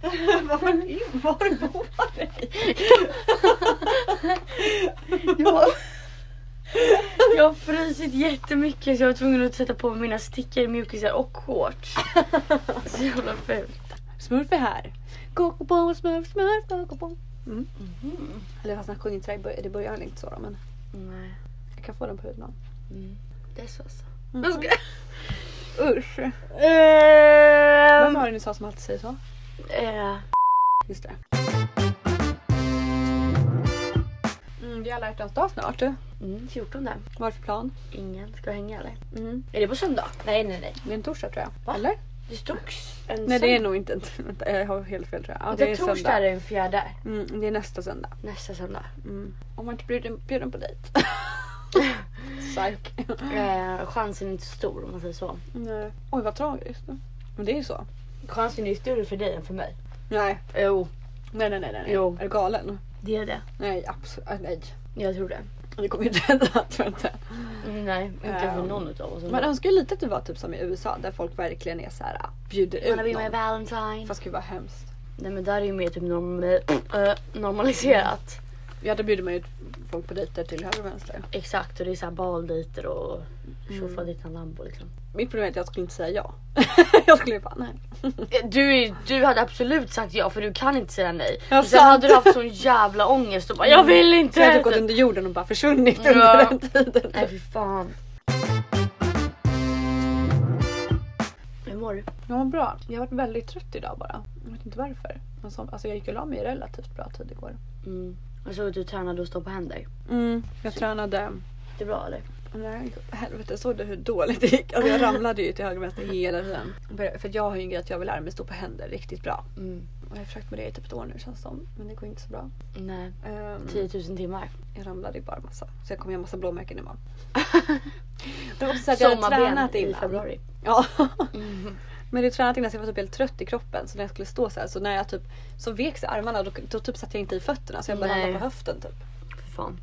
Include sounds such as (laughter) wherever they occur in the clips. Varför, var går det? Jag, har- jag har frusit jättemycket så jag var tvungen att sätta på mig mina stickor, mjukisar och (laughs) shorts. Så jävla fult. Smurf är här. Kokoboll, smurf, smurf, kokoboll. Mm. Eller fast han sjunger inte så här i början, det börjar han inte så då, men Nej. jag kan få den på huden. Det är så alltså. Mm. Usch. Ehm. Vem var det ni sa som alltid säger så? Eh, Just det. Mm, det är alla hjärtans dag snart. mm, 14 där. Vad är det för plan? Ingen ska hänga eller? Mm. Är det på söndag? Nej nej nej. Det är en torsdag tror jag. Va? Eller? Det togs en Nej det är söndag. nog inte (laughs) en Vänta jag har helt fel tror jag. Ja, Vänta, det är torsdag är söndag. det den fjärde. Mm, det är nästa söndag. Nästa söndag. Mm. Om man inte blir bjuden på dejt. (laughs) Psyk. Eh, chansen är inte stor om man säger så. Nej. Oj vad tragiskt. Men det är ju så. Chansen är ju större för dig än för mig. Nej. Jo, Nej nej nej. nej. Jo. Är du galen? det är det. Nej absolut. äh, Nej. Jag tror det. Det kommer ju (laughs) inte hända tror jag inte. Mm, Nej, inte för Ehm, någon utav oss. Man önskar ju lite att det var typ som i USA där folk verkligen är så här ah, bjuder ut Wanna be my någon. valentine. Fast gud vad hemskt. Nej men där är ju mer typ norm- eh, normaliserat. Ja då bjuder man ju folk på dejter till höger och vänster. Exakt och det är såhär baldejter och tjofaddittan lambo liksom. Mitt problem är att jag skulle inte säga ja. (laughs) jag skulle ju bara nej. Eh, Du, är- du hade absolut sagt ja för du kan inte säga nej. Ja, Men sen sant. hade du haft sån jävla ångest och bara Mm. jag vill inte. Så jag hade gått under jorden och bara försvunnit under Ja. den tiden. Nej fy fan. Hur mår du? Jag mår bra. Jag har varit väldigt trött idag bara. Jag vet inte varför. Men som, alltså jag gick och la mig i relativt bra tid igår. Mm. Jag såg att du tränade att stå på händer. Mm, Jag tränade. Det är bra eller? Nej, helvete såg du hur dåligt det gick? Alltså jag ramlade ju till höger och vänster hela tiden. För- För jag har ju en grej att jag vill lära mig stå på händer riktigt bra. Mm. Och jag har försökt med det i typ ett år nu känns det som. Men det går inte så bra. Nej. Ehm, 10 000 timmar. Jag ramlade ju bara massa. Så jag kommer göra massa blåmärken imorgon. (laughs) Det var också så att jag hade tränat i innan. februari. Ja. (laughs) Mm. Men det är tränat innan så jag var typ helt trött i kroppen. Så när jag skulle stå så här så när jag typ så vek sig armarna då, då typ satte jag inte i fötterna så jag bara Nej. landade på höften typ. För fan.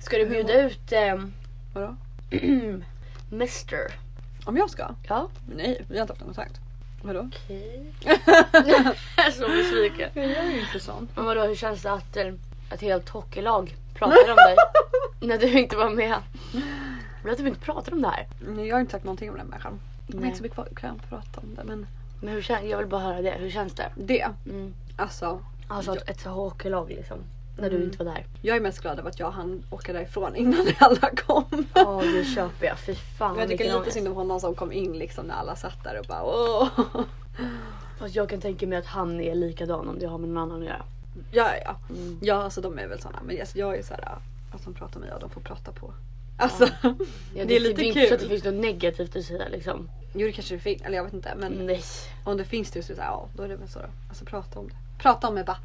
Ska du bjuda ut ehm, Vadå? (clears throat) Mr? Om jag ska? Ja. Nej, vi har inte haft någon kontakt. Vadå? Okej. (laughs) Så besviken. Jag gör ju inte sånt. Men vadå hur känns det att eh, ett helt hockeylag pratar (laughs) om dig? när du inte var med. Men att du inte pratar om det här. Nej, Jag har inte sagt någonting om den människan. Jag har Nej. inte så mycket kvar- kan jag prata om det men Men hur känns, jag vill bara höra det. Hur känns det? det. Mm. Alltså Alltså att ett hockeylag liksom. När Mm. du inte var (laughs) där. jag är mest glad över att jag hann åka därifrån innan (laughs) alla kom. Ja det köper jag. Fy fan jag tycker vilken lite ångest. synd om honom som kom in liksom när alla satt där och bara åh. (laughs) Fast jag kan tänka mig att han är likadan om det har med någon annan att göra. Ja, ja. Mm. ja alltså de är väl såna. Men yes, jag är så här att de pratar med mig och de får prata på. Alltså, (laughs) Ja, det är lite inte så att det kul. finns något negativt att säga liksom. Jo det kanske det finns, eller jag vet inte. Men Nej. om det finns det så, är det så här, ja, då är det väl så då. Alltså prata om det. Prata om det bara.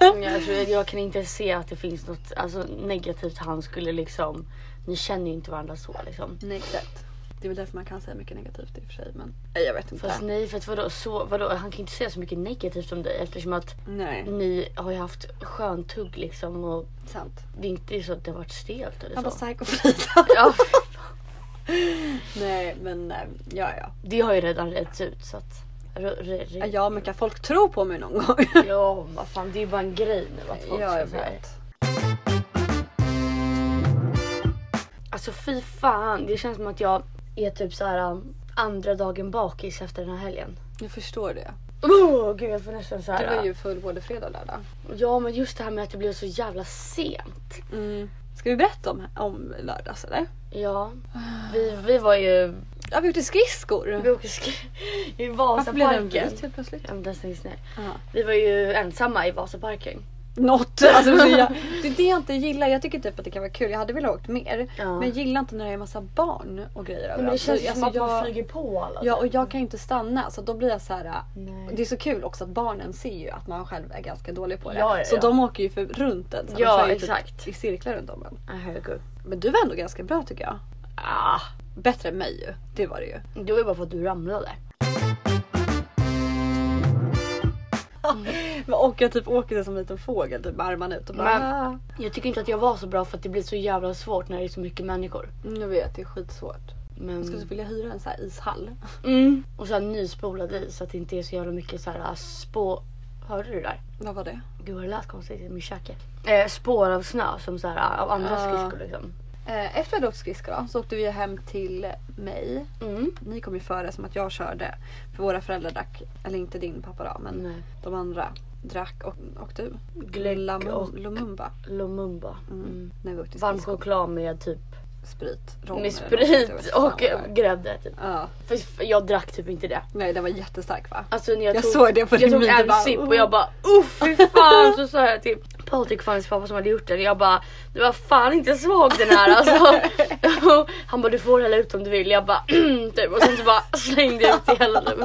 alltså, Jag, tror, jag kan inte se att det finns något alltså, negativt han skulle liksom. Ni känner ju inte varandra så liksom. Nej exakt. Det är väl därför man kan säga mycket negativt i och för sig. Men nej, jag vet inte. Fast nej för att vadå, så, vadå, han kan ju inte säga så mycket negativt om dig eftersom att Nej, ni har ju haft sköntugg liksom och sant. det är inte så att det har varit stelt eller Han så. bara psycho Frida. (laughs) Ja, fy fan. Nej men eh, ja ja. det har ju redan rätts ut så att. r- r- r- Ja men kan folk tro på mig någon gång? (laughs) Ja vad fan det är ju bara en grej nu att folk ja jag ska säga. vet. Alltså fy fan, det känns som att jag är typ så här um, andra dagen bakis efter den här helgen. Jag förstår det. Oh, gud jag får nästan så här. Du var uh, ju full både fredag och lördag. Ja men just det här med att det blev så jävla sent. Mm. Ska vi berätta om, om lördags eller? Ja, vi, vi var ju... Ja vi åkte skridskor. Vi åker sk- i Varför blev det en Vasaparken. vit helt plötsligt? Ja, men den stängs ner. Aha. Vi var ju ensamma i Vasaparken. Något! (laughs) Alltså, så jag, det är det jag inte gillar. Jag tycker typ att det kan vara kul. Jag hade velat åkt mer. Ja. Men jag gillar inte när det är massa barn och grejer Men det överallt. känns ju Alltså, som att man jag, flyger på alla. Ja och jag kan ju inte stanna så då blir jag så här. äh, Nej. Det är så kul också att barnen ser ju att man själv är ganska dålig på det. Ja, ja, så ja. de åker ju för runt en. Så de Ja, kör ju exakt. Typ I cirklar runt om en. Ah, herregud. Men du var ändå ganska bra tycker jag. Ah, Bättre än mig ju. Det var det ju. (laughs) det var ju bara för att du ramlade. Och jag typ åker där som en liten fågel typ med armarna ut och bara. Men- "Ah." Jag tycker inte att jag var så bra för att det blir så jävla svårt när det är så mycket människor. Jag Mm, vet det är skitsvårt. Jag Men... skulle vilja hyra en så här ishall. Mm. Och så här nyspolad i så att det inte är så jävla mycket så här ah, spå... Hörde du det där? Vad var det? Gud vad det lät konstigt i min käke. Eh, spår av snö som så här av andra Ja. skridskor liksom. Eh, efter vi hade åkt skridskor då, så åkte vi hem till mig. Mm. Ni kom ju före som att jag körde. För våra föräldrar drack, eller inte din pappa då, men Nej. de andra drack och, och du. Mm. Glögg Lamu- och- Lumumba. Lumumba. Mm. Mm. När vi åkte Varm skridskor. choklad med typ Sprit. rom med eller något, jag vet sprit inte fan och vad det var. grädde typ. Ja. För f- jag drack typ inte det. Nej den var jättestark va? Alltså när jag, Jag tog, såg det på jag din tog min, du en bara, sipp "Oh." och jag bara uff (laughs) fy fan så sa jag till Patrik Fangs pappa som hade gjort den jag bara du var fan inte svag den här alltså. (laughs) Och Han bara du får hälla ut om du vill jag bara (clears throat) "Mm", typ och sen så bara slängde jag ut det hela typ.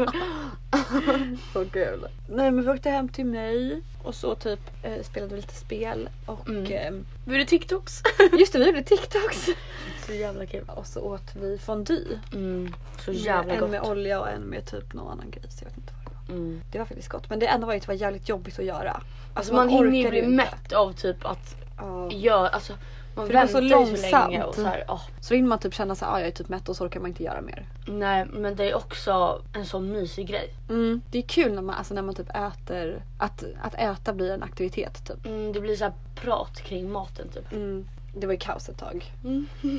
Så kul. Nej men vi åkte hem till mig och så typ eh, spelade vi lite spel och Mm. Vi gjorde TikToks. eh, just det vi gjorde TikToks. Så jävla kul. Och så åt vi fondue. Mm, så Med- jävla en gott. med olja och en med typ någon annan grej. Så jag vet inte vad det var. Mm. Det var faktiskt gott men det enda var ju att det var jävligt jobbigt att göra. Alltså, Alltså man, hinner ju orkade bli inte. mätt av typ att Ja. göra, alltså man För det var så väntar ju så långsamt. länge och så här, åh. Så vill man typ känna såhär, ah, jag är typ mätt och så orkar man inte göra mer. Nej men det är också en sån mysig grej. Mm. Det är kul när man, alltså, när man typ äter, att, att äta blir en aktivitet typ. Mm, det blir så här prat kring maten typ. Det var ju kaos ett tag.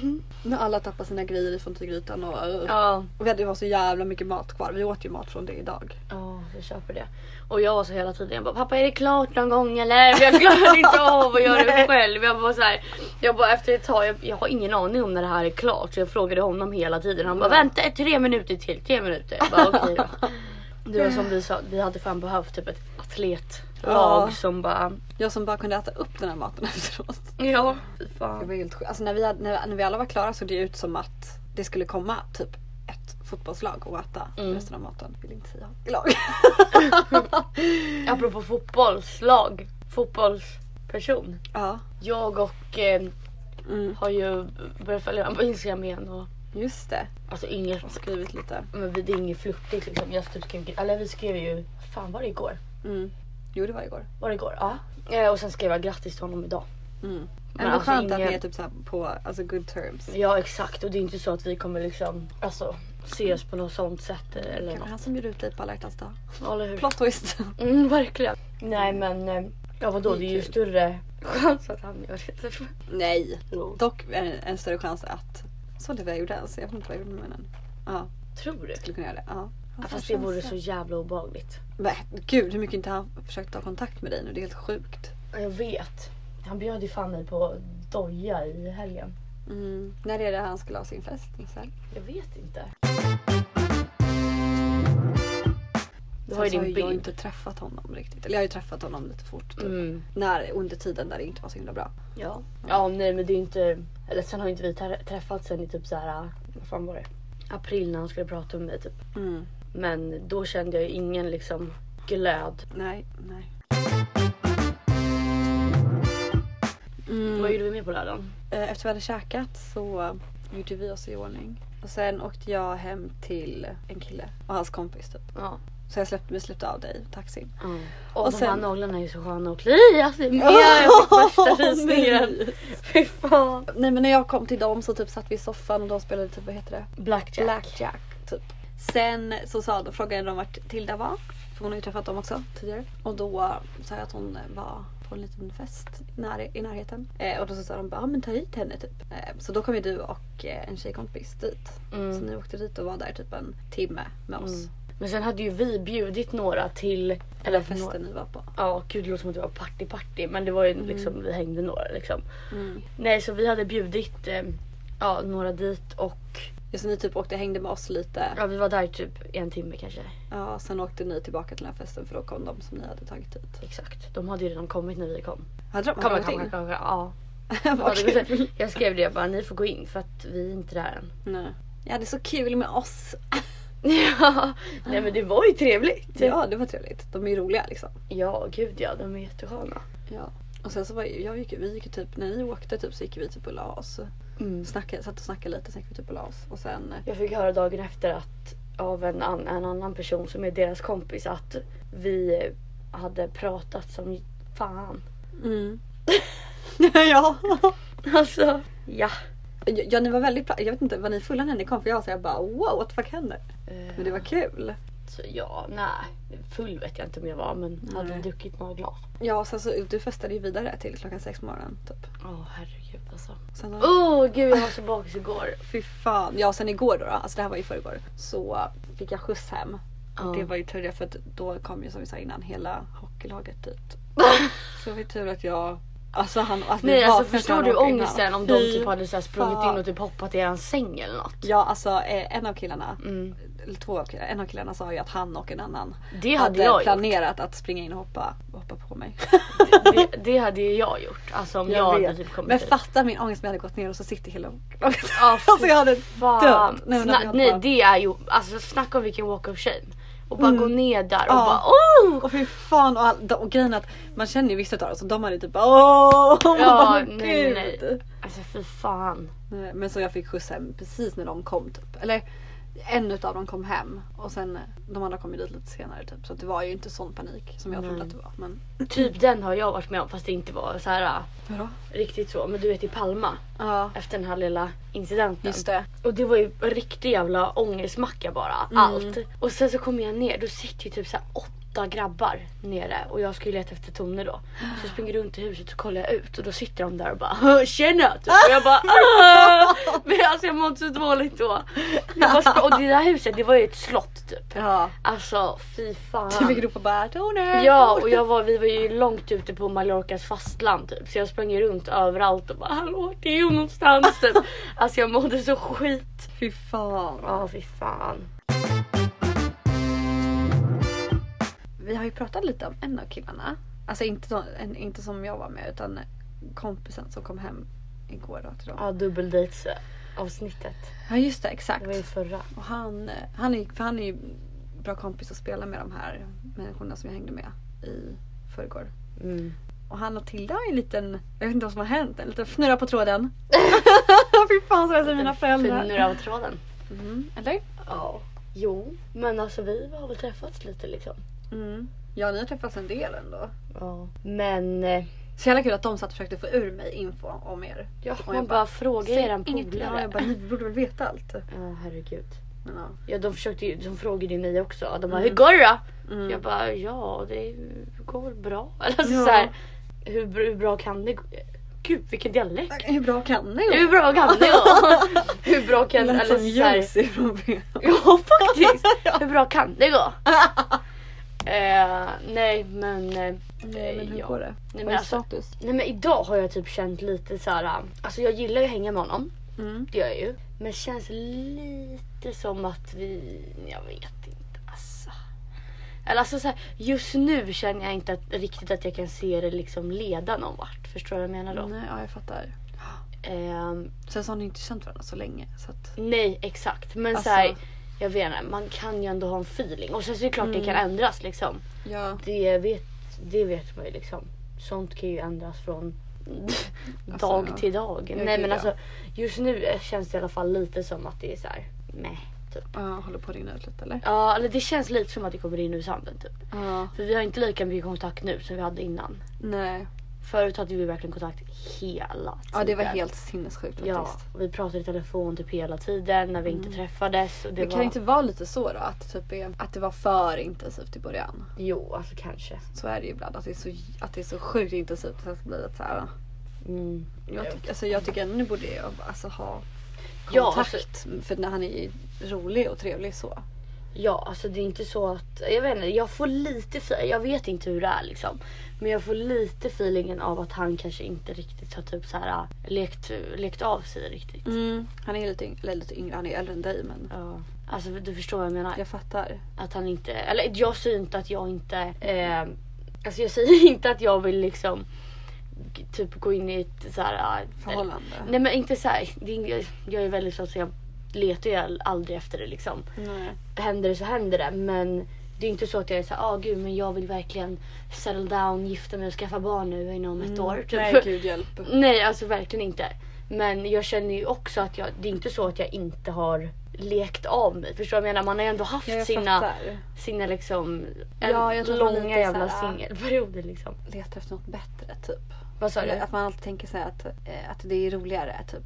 (laughs) När alla tappade sina grejer i fondygrytan och, Mm. Ja, och vi hade det var så jävla mycket mat kvar. Vi åt ju mat från det idag. ja, jag köper det. Och jag var så hela tiden, jag bara pappa är det klart någon gång eller? För Jag (laughs) klarar inte av att göra det Nej. själv. Jag bara så här, jag bara efter ett tag, jag, jag har ingen aning om när det här är klart. Så jag frågade honom hela tiden. Han bara Ja. vänta tre minuter till, tre minuter. Jag bara (laughs) okej då. Det var som vi sa, vi hade fan behövt typ ett atletlag Ja. som bara Jag som bara kunde äta upp den här maten (laughs) efteråt. ja fy Det fan. var helt sjukt. Alltså när vi, hade, när, när vi alla var klara såg det ut som att det skulle komma typ ett fotbollslag och äta Mm. resten av maten. Vill inte säga lag. (laughs) Apropå fotbollslag, fotbollsperson. ja. Jag och eh, Mm. har ju börjat följa honom på Instagram igen och Just det. alltså inget, Jag har skrivit lite. men vi- det är inget flörtigt liksom. Jag typ skrev, eller vi skrev ju, fan var det igår? Mm. Jo det var igår. Var det igår? Ja. Eh, och sen skrev jag grattis till honom idag. Mm. Men Ändå alltså skönt att ingen- ni är typ så här på alltså, good terms. Ja exakt och det är inte så att vi kommer liksom, alltså ses på något sånt sätt eh, eller Kanske något. han som bjöd ut dig på alla hjärtans dag. Ja, Eller hur? Plot (laughs) twist. Mm, verkligen. Nej men, eh, ja vadå det är ju Kul. större chans att han gör det. tror jag. Nej. Jo, Dock är det en större chans att... Så det var jag gjorde ens. Jag vet inte vad jag gjorde med munnen. Ja, Tror du? jag skulle kunna göra det. Ja. Ja, Vad fast det fan vore känns så jävla obehagligt. Nej, gud hur mycket inte han försökt ta kontakt med dig nu. Det är helt sjukt. Ja, Jag vet. Han bjöd ju fan mig på doja i helgen. Mm. När är det han skulle ha sin fest? Isel? Jag vet inte. Du Sen har ju så din jag bild. inte träffat honom riktigt. Eller jag har ju träffat honom lite fort. Typ. Mm. När, under tiden där det inte var så himla bra. Ja. ja, nej men det är ju inte... Eller sen har ju inte vi tar- träffats sen i typ så här... Vad fan var det? April när han skulle prata om mig typ. Mm. Men då kände jag ju ingen liksom glöd. Nej, nej. Vad Mm. gjorde vi med på lördagen? Eh, Efter vi hade käkat så gjorde vi oss i ordning. Och sen åkte jag hem till en kille och hans kompis typ. Ja. Så jag släppte, vi släppte av dig i taxin. Mm. Och, Och de här sen- naglarna är ju så sköna alltså, att klia sig med. Jag (laughs) fick värsta rysningen. nej. Fy fan. nej men när jag kom till dem så typ satt vi i soffan och de spelade typ, vad heter det? Blackjack. Blackjack. Typ. Sen så sa de, frågade de vart Tilda var. För hon har ju träffat dem också tidigare. Och då sa jag att hon var på en liten fest när, i närheten. Eh, och då så sa de bara, ah, men ta hit henne typ. Eh, så då kom ju du och eh, en tjejkompis dit. Så Mm. ni åkte dit och var där typ en timme med oss. Mm. Men sen hade ju vi bjudit några till... Eller några- festen ni var på. Ja gud det låter som att det var party party men det var ju liksom vi hängde några liksom. Mm. Nej så vi hade bjudit eh, ja, några dit och Just ni typ åkte och hängde med oss lite. ja, vi var där typ en timme kanske. Ja, sen åkte ni tillbaka till den här festen för då kom de som ni hade tagit hit. Exakt. De hade ju redan kommit när vi kom. Hade de Kommer, kommit kommer, in? (laughs) kommer, ja. Vad De hade kul. gått in. Jag skrev det jag bara ni får gå in för att vi är inte där (laughs) än. Nej. Ja, det är så kul med (laughs) oss. Ja. Nej men det var ju trevligt. Ja, det var trevligt. De är ju roliga liksom. Ja gud ja de är jättesköna. Ja. Och sen så var jag gick, vi gick ju typ, när ni åkte typ så gick vi typ och la oss. Mm. Snackade, satt och snackade lite, sen gick vi typ och la oss. Och sen, Jag fick höra dagen efter att av en, an- en annan person som är deras kompis att vi hade pratat som fan. (laughs) mm. (laughs) ja. Alltså, ja. Ja ni var väldigt pla- Jag vet inte, var ni fulla när ni kom? För jag var såhär bara wow what the fuck hände? Men det var kul. Eh, Så ja, nej. Full vet jag inte om jag var men hade Nej. druckit några glas. Ja sen så du festade ju vidare till klockan sex på morgonen typ. Åh herregud alltså. Sen då, Åh gud jag var så bakis igår. Fy fan. Ja sen igår då, då, alltså det här var ju förrgår. Så fick jag skjuts hem. Ja. Och det var ju tur det för att då kom ju som vi sa innan hela hockeylaget (laughs) dit. Så det var ju tur att jag Alltså han, att vi Nej alltså vaknade förstår från du hockey innan. ångesten om de Fy typ hade så här sprungit fan. in och typ hoppat i hans säng eller något. Ja alltså eh, en av killarna, Mm. eller två av killarna, en av killarna sa ju att han och en annan Det hade jag gjort. planerat att springa in och hoppa, hoppa på (laughs) mig. Det, det hade ju jag gjort. Alltså om jag, hade typ kommit men dit. fatta min ångest om jag hade gått ner och så sitter hela laget. Ja, (laughs) fy alltså jag hade Fan. dött. Nej, men att jag Sna- hade nej bara- det är ju, alltså snacka om vilken walk of shame. Och bara Mm. gå ner där och Ja. (laughs) bara åh! Och fy fan och, all, och grejen är att man känner ju vissa av dem så de hade ju typ bara, (laughs) åh! man bara, nej, nej, nej. gud." Alltså fy fan. Nej, Eh, Men så jag fick skjuts hem precis när de kom typ. Eller en utav dem kom hem och sen eh, de andra kom ju dit lite senare typ. Så det var ju inte sån panik som jag Nej. trodde att det var. Men (laughs) Typ den har jag varit med om fast det inte var så här äh, vadå? riktigt så. Men du vet i Palma Ja efter den här lilla incidenten. just det. Och det var ju en riktig jävla ångestmacka bara. Allt. Och sen så kommer jag ner, då sitter ju typ så här åtta grabbar nere och jag ska ju leta efter Tone då. Så jag springer runt i huset och kollar jag ut och då sitter de där och bara tjena! Typ. Och jag bara "Ah!" Men alltså jag mådde så dåligt då. Jag bara, spr- och det där huset det var ju ett slott typ. Ja. Alltså fy fan. Du fick ropa bara Tone! Ja och jag var, vi var ju långt ute på Mallorcas fastland typ så jag sprang ju runt överallt och bara hallå det är ju någonstans typ. Alltså jag mådde så skit. Fy fan. Ja fy fan. Vi har ju pratat lite om en av killarna. Alltså inte, de, en, inte som jag var med utan kompisen som kom hem igår då till dem. Ja dubbeldates avsnittet. Ja just det Det var ju exakt. förra. Och han, eh, han, är, för han är ju bra kompis att spela med de här människorna som jag hängde med i förrgår. Mm. Och han och Tilda har ju en liten, jag vet inte vad som har hänt, en liten fnurra på (laughs) tråden. Fy fan så jag säger mina föräldrar. Finner av tråden. Mm, eller? Ja. Jo men alltså vi har väl träffats lite liksom. Mm. Ja ni har träffats en del ändå. Ja. Men eh, Så jävla kul att de satt och försökte få ur mig info om er. ja, Och jag man bara, bara, frågar Säg eran inget till dem. polare. Jag bara, ni borde väl veta allt. Ja herregud. Men, ja. Ja de försökte ju, de frågade ju mig också. De bara Mm. hur går det då? Mm. Jag bara ja det går väl bra. (laughs) Eller alltså, Ja. så här, hur, br- hur bra kan det gå? Gud vilken dialekt. Hur bra kan ni? Hur bra kan det (laughs) gå? hur bra kan Lät eller som så här, Jussi från B. (laughs) Ja faktiskt. Hur bra kan (laughs) det gå? eh, nej men. Eh, Nej men hur ja. går det? Nej, Vad men är alltså, status? nej men idag har jag typ känt lite så här. äh, Alltså jag gillar ju att hänga med honom. Mm. Det gör jag ju. Men känns lite som att vi. Jag vet inte alltså. Eller alltså så här, just nu känner jag inte att, riktigt att jag kan se det liksom leda någon vart. Förstår du vad jag menar då? Nej, ja jag fattar. Ehm, Sen så har ni inte känt varandra så länge. Så att... Nej exakt men Alltså. så här, jag vet inte, man kan ju ändå ha en feeling och sen så är det klart det kan Mm. ändras liksom. ja. Det vet, det vet man ju liksom. Sånt kan ju ändras (laughs) från dag Alltså, ja. till dag. Nej gud, men ja. alltså just nu känns det i alla fall lite som att det är så här, meh typ. Ja, håller på att rinna ut lite eller? Ja eller det känns lite som att det kommer in ur sanden typ. Ja. För vi har inte lika mycket kontakt nu som vi hade innan. Nej. Typ Förut hade vi verkligen kontakt hela tiden. Ja det var helt sinnessjukt Ja, faktiskt. och vi pratade i telefon typ hela tiden när vi inte träffades. Och det Det kan var... inte vara lite så då att, typ är, att det var för intensivt i början. Jo, alltså kanske. Så är det ju ibland att det är så, att det är så sjukt intensivt. Sen så blir det så här, Mm. jag, tyck, alltså, jag tycker ändå ni borde ju, alltså, ha Ja, alltså- kontakt. För när han är rolig och trevlig så. Ja, alltså det är inte så att... Jag vet inte, jag får lite... fe- Jag vet inte hur det är liksom. Men jag får lite feelingen av att han kanske inte riktigt har typ så här, äh, lekt, lekt av sig riktigt. Han är lite, yng- eller lite yngre, han är äldre än dig men Ja. Alltså du förstår vad jag menar? jag fattar. Att han inte... Eller jag säger inte att jag inte... Eh, alltså jag säger (laughs) inte att jag vill liksom g- typ gå in i ett så här... äh, Förhållande. Nej men inte så här. Det är, jag är väldigt så att jag letar ju aldrig efter det liksom. Nej. händer det så händer det. Men det är inte så att jag är såhär, ah gud men jag vill verkligen settle down, gifta mig och skaffa barn nu inom ett år. Typ. Mm. Nej gud hjälp. (laughs) Nej alltså verkligen inte. Men jag känner ju också att jag, det är inte så att jag inte har lekt av mig. Förstår du vad jag menar? Man har ju ändå haft Ja, jag sina, fattar. sina liksom en Ja, jag tror att man långa lite ah. jävla såhär- singelperioder liksom. Letar efter något bättre typ. Vad sa du? Eller att man alltid tänker sig att, eh, att det är roligare typ.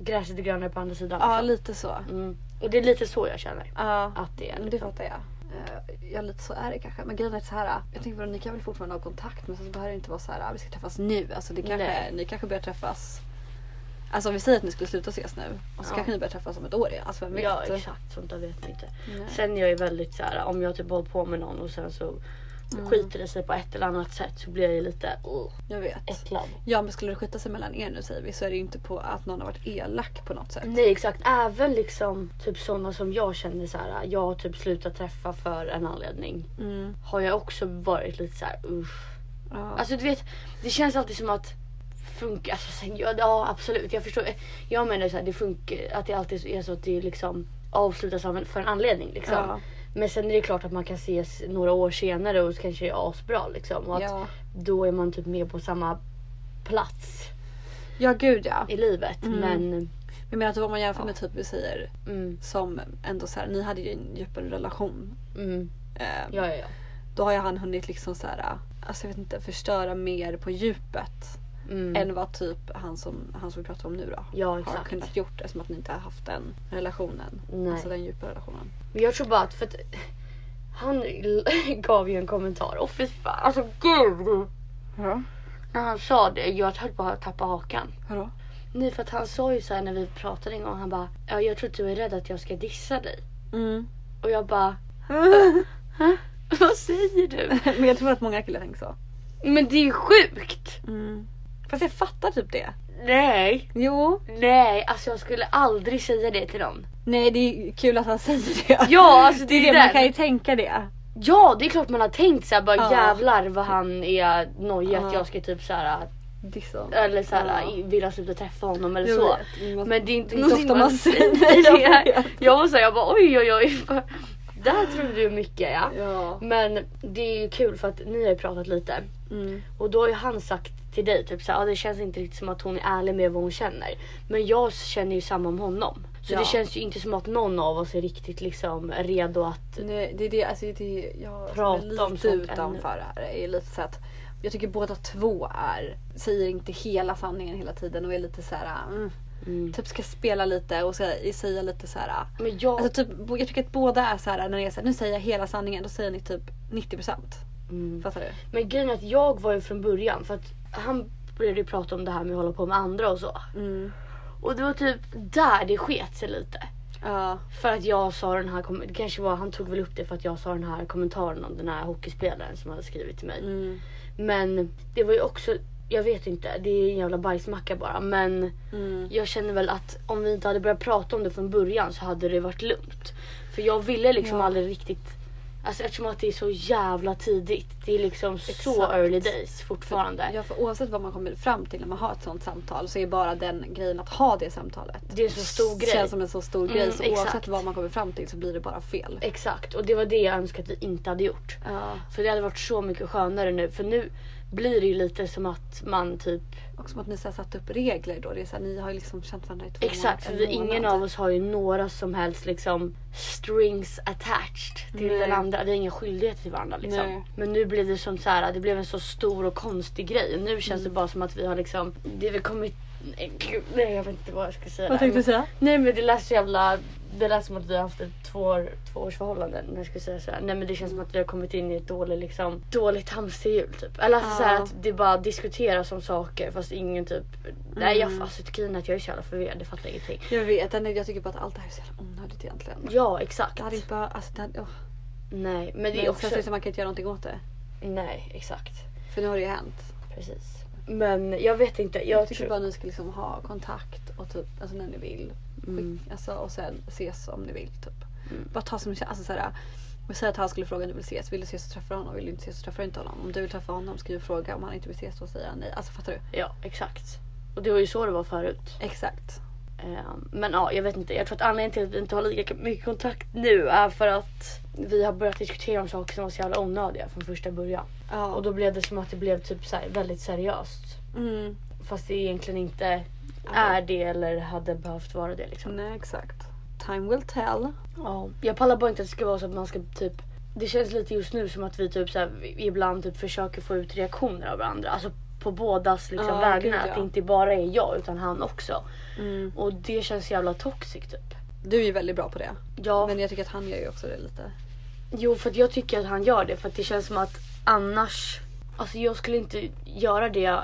gräset är grönare på andra sidan. Ja liksom. lite så. mm. liksom. Och det är lite så jag känner Ja. att det är. Men det fattar jag. Eh, Ja lite så är det kanske. Men grejen är så här. Jag tänker att ni kan väl fortfarande ha kontakt men sen så behöver det inte vara så här. ah, Vi ska träffas nu. Alltså det kanske, Nej. ni kanske börjar träffas. Alltså om vi säger att ni skulle sluta ses nu. Och så Ja. kanske ni börjar träffas om ett år igen. Alltså vem vet? Ja exakt sånt där vet man inte. Nej. Sen jag är väldigt så här om jag typ håller på med någon och sen så skiter det sig på ett eller annat sätt så blir jag ju lite uh, Jag vet. äcklad. Ja men skulle det skita sig mellan er nu säger vi så är det ju inte på att någon har varit elak på något sätt. Nej exakt, även liksom typ sådana som jag känner så här. jag har typ slutat träffa för en anledning. Mm. Har jag också varit lite så här uff. Ja. Alltså du vet, det känns alltid som att funkar, alltså, sen, ja, ja absolut jag förstår. Jag menar så här, det funkar, att det alltid är så att det liksom avslutas av en, för en anledning liksom. Ja. Men sen är det klart att man kan ses några år senare och så kanske det är asbra liksom. Och att Ja. då är man typ med på samma plats ja gud ja. i livet. Mm. Men Jag menar typ om man jämför med typ vi säger mm, som ändå så här, ni hade ju en djupare relation. mm, Eh, ja ja ja. Då har ju han hunnit liksom så här, alltså jag vet inte, förstöra mer på djupet. Mm. Än vad typ han som, han som vi pratar om nu då Ja, har exakt. kunnat gjort eftersom att ni inte har haft den relationen. Nej. Alltså den djupa relationen. Men jag tror bara att för att han (laughs) gav ju en kommentar. Åh fy fan, alltså gud! Ja. När han sa det, jag höll på att tappa hakan. Vadå? Nej för att han sa ju så här när vi pratade en gång, han bara ja, jag tror att du är rädd att jag ska dissa dig. Mm. Och jag bara (laughs) vad säger du? (laughs) Men jag tror att många killar tänker så. Men det är ju sjukt! Fast jag fattar typ det. Nej, Jo. nej alltså jag skulle aldrig säga det till någon. Nej det är kul att han säger det. (laughs) Ja alltså det det är är det, man kan ju det. tänka det. Ja det är klart man har tänkt såhär bara Ja. jävlar vad han är nojig att Ja. jag ska typ såhär Dissa. Eller så här, Ja. i- vill jag sluta träffa honom eller Jag så. vet. Man- Men det är inte det är inte någonting ofta man (laughs) man säger. säger det. Jag, jag var såhär, jag bara oj oj oj. (laughs) Där trodde du mycket ja. Ja. Men det är ju kul för att ni har ju pratat lite. Mm. Och då har ju han sagt till dig typ såhär, ah, det känns inte riktigt som att hon är ärlig med vad hon känner. Men jag känner ju samma om honom. Så Ja. det känns ju inte som att någon av oss är riktigt liksom redo att... Nej, det är det, alltså, det är, jag som Prata är lite om sånt ännu. utanför här är lite så att jag tycker båda två är, säger inte hela sanningen hela tiden och är lite så här, mm, Mm. typ ska spela lite och ska säga lite så här. Men jag... Alltså typ, jag tycker att båda är så här när det är så här, nu säger jag hela sanningen, då säger ni typ 90%. Mm. Fattar du? Men grejen är att jag var ju från början för att han började ju prata om det här med att hålla på med andra och så. Mm. Och det var typ där det sket sig lite. Ja. För att jag sa den här, kom- det kanske var, han tog väl upp det för att jag sa den här kommentaren om den här hockeyspelaren som hade skrivit till mig. Mm. Men det var ju också, jag vet inte, det är en jävla bajsmacka bara. Men Mm. jag känner väl att om vi inte hade börjat prata om det från början så hade det varit lugnt. För jag ville liksom Ja. aldrig riktigt, alltså eftersom att det är så jävla tidigt. Det är liksom så Exakt. early days fortfarande. Ja, för oavsett vad man kommer fram till när man har ett sånt samtal så är bara den grejen att ha det samtalet. Det är en så stor grej. Känns som en så stor grej Mm, så exakt. oavsett vad man kommer fram till så blir det bara fel. Exakt och det var det jag önskade att vi inte hade gjort. Ja. För det hade varit så mycket skönare nu. För nu blir det ju lite som att man typ... Och som att ni så här satt upp regler då. Det är så här, ni har ju liksom känt varandra i två Exakt, för månader. vi, ingen av oss har ju några som helst liksom strings attached till Nej. den andra. Vi har ingen skyldighet till varandra liksom. Nej. Men nu blev det som så här, det blev en så stor och konstig grej. Nu känns Mm. det bara som att vi har liksom... Det har väl kommit... Nej, gud, Nej jag vet inte vad jag ska säga. Vad där. tänkte du säga? Nej men det lät så jävla... Det lät som att vi har haft ett två, tvåårsförhållande när jag skulle säga såhär. Nej men det känns som att vi har kommit in i ett dåligt liksom, dåligt hamsterhjul typ. Eller alltså, Ja. såhär att det bara diskuteras om saker fast ingen typ... Nej Mm. jag, alltså grejen är att jag är så jävla förvirrad, jag fattar ingenting. Jag vet, nej, jag tycker bara att allt det här är så jävla onödigt egentligen. Ja exakt. Det hade inte bara, alltså det hade, åh. Nej men det är Men också... sen så är det som man kan inte göra någonting åt det. Nej exakt. För nu har det ju hänt. Precis. Men jag vet inte, Jag, jag, tycker tror... bara att ni ska liksom ha kontakt och typ, alltså när ni vill. Skick- Alltså, och sen ses om ni vill typ. Bara ta som alltså, såhär, vi säger att han skulle fråga om du vill ses. Vill du ses så träffar du honom. Vill du inte ses så träffar du inte honom. Om du vill träffa honom ska du fråga. Om han inte vill ses så säger han nej. Alltså fattar du? Ja exakt. Och det var ju så det var förut. Exakt. Ehm, Men ja, jag vet inte. Jag tror att anledningen till att vi inte har lika mycket kontakt nu är för att vi har börjat diskutera om saker som var så jävla onödiga från första början. Ja. Och då blev det som att det blev typ så här väldigt seriöst. mm. Fast det egentligen inte är det eller hade behövt vara det liksom. Nej exakt. Time will tell. Ja. Jag pallar bara inte att det ska vara så att man ska typ det känns lite just nu som att vi typ så här, ibland typ försöker få ut reaktioner av varandra. Alltså på bådas liksom, Ja, vägnar. gud, ja. Att det inte bara är jag utan han också. Mm. Och det känns jävla toxic typ. Du är ju väldigt bra på det. Ja, Men jag tycker att han gör ju också det lite. jo för att jag tycker att han gör det för att det känns som att annars, alltså jag skulle inte göra det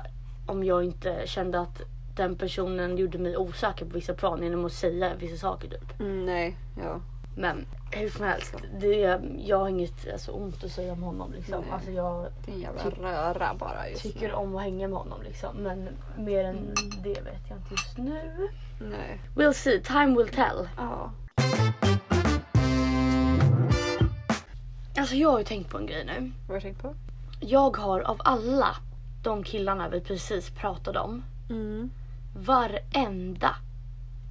om jag inte kände att den personen gjorde mig osäker på vissa plan genom att säga vissa saker typ. Mm, nej, ja. Men hur som helst, det, jag har inget alltså, ont att säga om honom liksom. Nej. Alltså, jag Det är en jävla Ty- röra bara just tycker om att hänga med honom liksom. Men mer än Mm. det vet jag inte just nu. nu. Nej. We'll see, time will tell. Ja. Alltså jag har ju tänkt på en grej nu. Vad har du tänkt på? Jag har av alla de killarna vi precis pratade om, Mm. varenda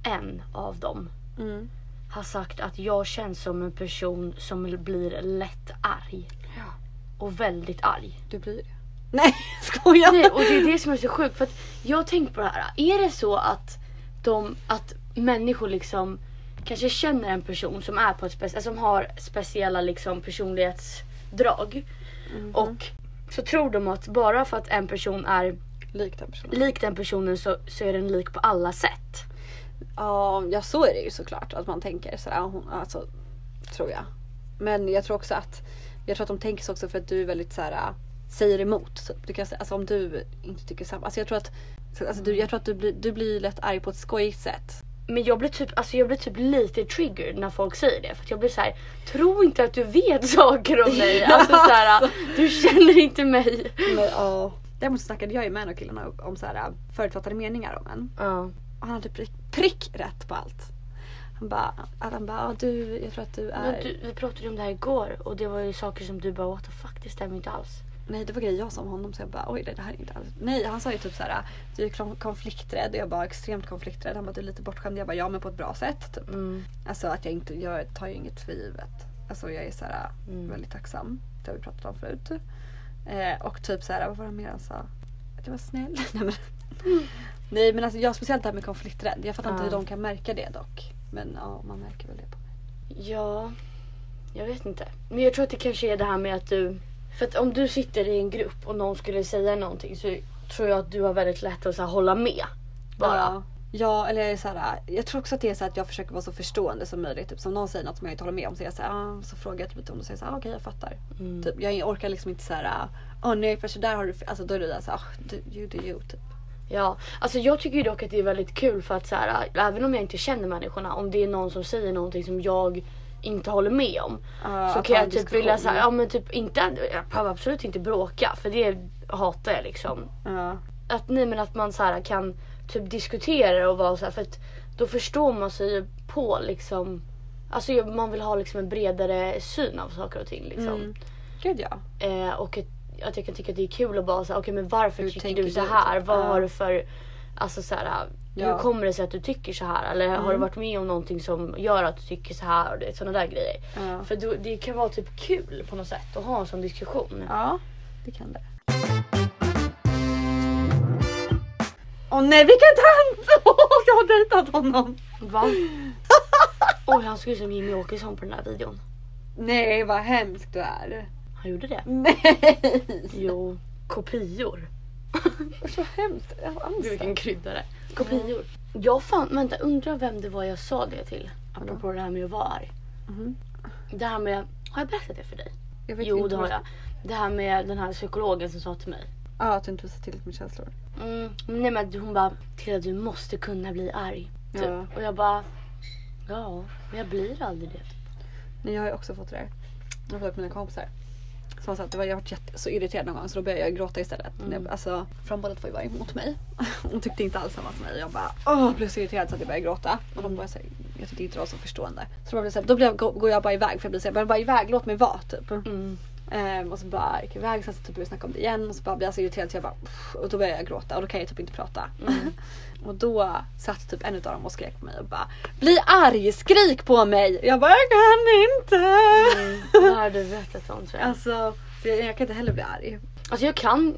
en av dem Mm. har sagt att jag känns som en person som blir lätt arg. Ja. Och väldigt arg. Du blir det. Nej, (laughs) skojar! Nej, och det är det som är så sjukt för att jag har tänkt på det här. Är det så att, de, att människor liksom kanske känner en person som är på ett spec- alltså som har speciella liksom personlighetsdrag och så tror de att bara för att en person är Lik den personen. lik den personen så, så är den lik på alla sätt. Ja, ja så är det ju såklart att man tänker sådär. Hon, alltså, tror jag. Men jag tror också att jag tror att de tänker så också för att du är väldigt såhär säger emot. typ. Du kan, säga- alltså om du inte tycker samma. Alltså jag tror att, så- alltså, du, jag tror att du, blir, du blir lätt arg på ett skojigt sätt. Men jag blir, typ, alltså jag blir typ lite triggered när folk säger det. För att jag blir så här: tro inte att du vet (laughs) saker om mig. Alltså så här, du känner inte mig. Men, ja. Däremot så snackade jag ju med en av killarna om så här, äh, förutfattade meningar om en. Ja. Och han hade prick, prick rätt på allt. Han bara, att han bara, "Ja, du, jag tror att du är... Men du, vi pratade ju om det här igår och det var ju saker som du bara what the fuck det stämmer inte alls. Nej det var grejer jag sa om honom så jag bara oj det här är inte alls. Nej han sa ju typ såhär du är kon- konflikträdd och jag bara extremt konflikträdd. Han bara du är lite bortskämd. Jag bara ja men på ett bra sätt. Typ. Mm. Alltså att jag inte, jag tar ju inget för givet. Alltså jag är såhär Mm. väldigt tacksam. Det har vi pratat om förut. Eh, och typ såhär vad var det mer han sa? Att jag var snäll. (laughs) Nej men, Nej, men alltså jag speciellt det här med konflikträdd. Jag fattar inte Mm. Ja. hur de kan märka det dock. Men ja man märker väl det på mig. Ja, jag vet inte. Men jag tror att det kanske är det här med att du... För att om du sitter i en grupp och någon skulle säga någonting så tror jag att du har väldigt lätt att så här, hålla med. Bara. Ja. Ja, eller jag, är så här, jag tror också att det är så här att jag försöker vara så förstående som möjligt. Typ, som någon säger något som jag inte håller med om så, är jag så, här, ah, så frågar jag typ lite om det och säger så här, ah, okej jag fattar. Mm. Typ, jag orkar liksom inte så här, åh nej för så där har du fel." Alltså då är det där så här, ah, du- you do you typ. Ja, alltså jag tycker ju dock att det är väldigt kul för att så här, även om jag inte känner människorna, om det är någon som säger någonting som jag inte håller med om. Ja, så att kan ha jag en typ diskussion. vilja såhär, ja men typ inte, jag behöver absolut inte bråka för det hatar jag liksom. Ja. Att nej men att man så här kan typ diskutera och vara så här, för att då förstår man sig ju på liksom, alltså ju- man vill ha liksom en bredare syn av saker och ting liksom. Mm. Gud ja. Eh, och att, att jag kan tycka att det är kul att bara säga okej men varför Hur tycker tänker du så du, här? typ? Vad Ja. har du för, alltså så här, Ja. Mm. hur kommer det sig att du tycker så här? Eller har du varit med om någonting som gör att du tycker så här? Och det- Sådana där grejer. Ja. För då, det kan vara typ kul på något sätt att ha en sån diskussion. ja, det kan det. Åh nej vilken tant! (laughs) jag har dejtat honom! (laughs) Va? Oj han såg ut som Jimmy Åkesson på den här videon. Nej vad hemskt du är. Han gjorde det? Nej! Jo. (laughs) Kopior. Så hemskt. Gud, Vilken kryddare. Kopior. Jag fan, vänta undrar vem det var jag sa det till. Apropå det här med att vara arg. Mhm. Det här med, har jag berättat det för dig? Jag vet Jo inte det har vad- jag. Det här med den här psykologen som sa till mig. Ja, att du inte visar tillräckligt med känslor. Mm, nej men hon bara, Tilda du måste kunna bli arg. Typ. Ja. Och jag bara, ja men jag blir aldrig det. Nej, jag har ju också fått det där. Jag har fått det av mina kompisar. Som sa att det var, jag har varit jätte, så irriterad någon gång så då började jag gråta istället. Mm. Jag, alltså, från båda två var emot mig. (laughs) Hon tyckte inte alls samma som mig. Jag bara åh, blev så irriterad så att jag började gråta. Och de bara, så här, jag tyckte inte de var så förstående. Så då, blev det så här, då blev jag, gå- går jag bara iväg för jag blir såhär, bara iväg låt mig vara typ. (laughs) Mm. Ehm, och så bara gick jag iväg sen så typ började vi snacka om det igen och så bara blev jag så irriterad så jag bara "Uff", och då började jag gråta och då kan jag typ inte prata. Mm. (laughs) och då satt typ en av dem och skrek på mig och bara bli arg, skrik på mig! Jag bara jag kan inte! Mm, det här har du berättat om tror (laughs) jag. Alltså så jag, jag kan inte heller bli arg. Alltså jag kan...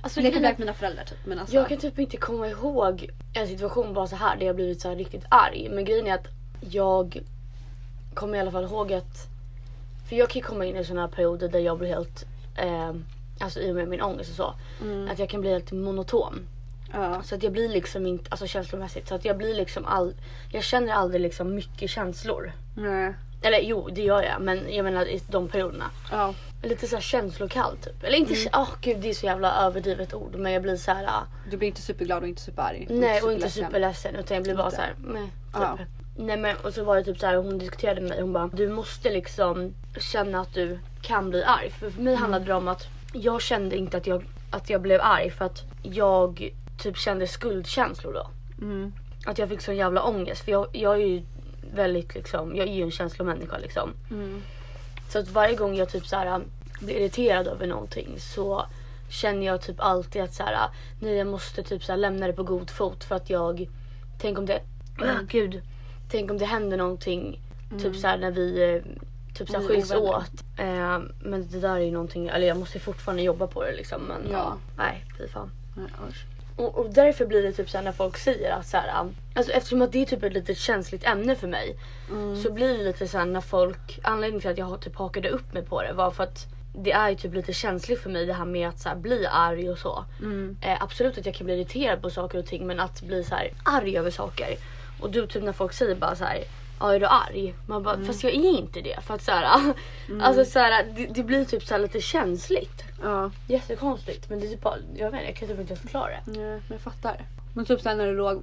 Alltså, Jag kan kan bli arg på mina föräldrar typ men alltså. jag kan typ inte komma ihåg en situation bara så här där jag blivit så här riktigt arg. Men grejen är att jag kommer i alla fall ihåg att... För jag kan ju komma in i såna här perioder där jag blir helt eh, alltså i och med min ångest och så, Mm. att jag kan bli helt monotom. Ja. Så att jag blir liksom inte, alltså känslomässigt, så att jag blir liksom all, jag känner aldrig liksom mycket känslor. Nej. Eller jo, det gör jag, men jag menar i de perioderna. Ja. Lite såhär känslokall typ. Eller inte, åh gud det är så jävla överdrivet ord men jag blir så här. ah, Du blir inte superglad och inte superarg. nej och inte superledsen. superledsen utan jag blir bara såhär, nej. Typ. Ja. Nej men och så var det typ så här hon diskuterade med mig, hon bara du måste liksom känna att du kan bli arg. För, för mig handlade det om att jag kände inte att jag, att jag blev arg för att jag typ kände skuldkänslor då. Mm. Att jag fick sån jävla ångest för jag, jag är ju väldigt liksom, jag är ju en känslomänniska liksom. Mm. Så att varje gång jag typ så här blir irriterad över någonting så känner jag typ alltid att så här, nej jag måste typ så här lämna det på god fot för att jag, tänk om det, (clears throat) ah, gud, tänk om det händer någonting typ så här när vi eh, typ så här Ni är skiljs ovänner. åt. Eh, men det där är ju någonting, eller jag måste ju fortfarande jobba på det liksom men Ja. ja. nej fy fan. Nej, usch. Och, och därför blir det typ såhär när folk säger att såhär, alltså eftersom att det är typ ett lite känsligt ämne för mig så blir det lite såhär när folk, anledningen till att jag typ hakade upp mig på det var för att det är ju typ lite känsligt för mig det här med att så här bli arg och så. Eh, absolut att jag kan bli irriterad på saker och ting men att bli så här arg över saker. Och du typ när folk säger bara så här, ja är du arg? Man bara fast jag är inte det för att (laughs) såhär, alltså såhär det, det blir typ såhär lite känsligt. Ja. Jättekonstigt men det är typ bara, jag vet inte jag kan typ inte förklara det. Nej, men jag fattar. Men typ sen när du låg,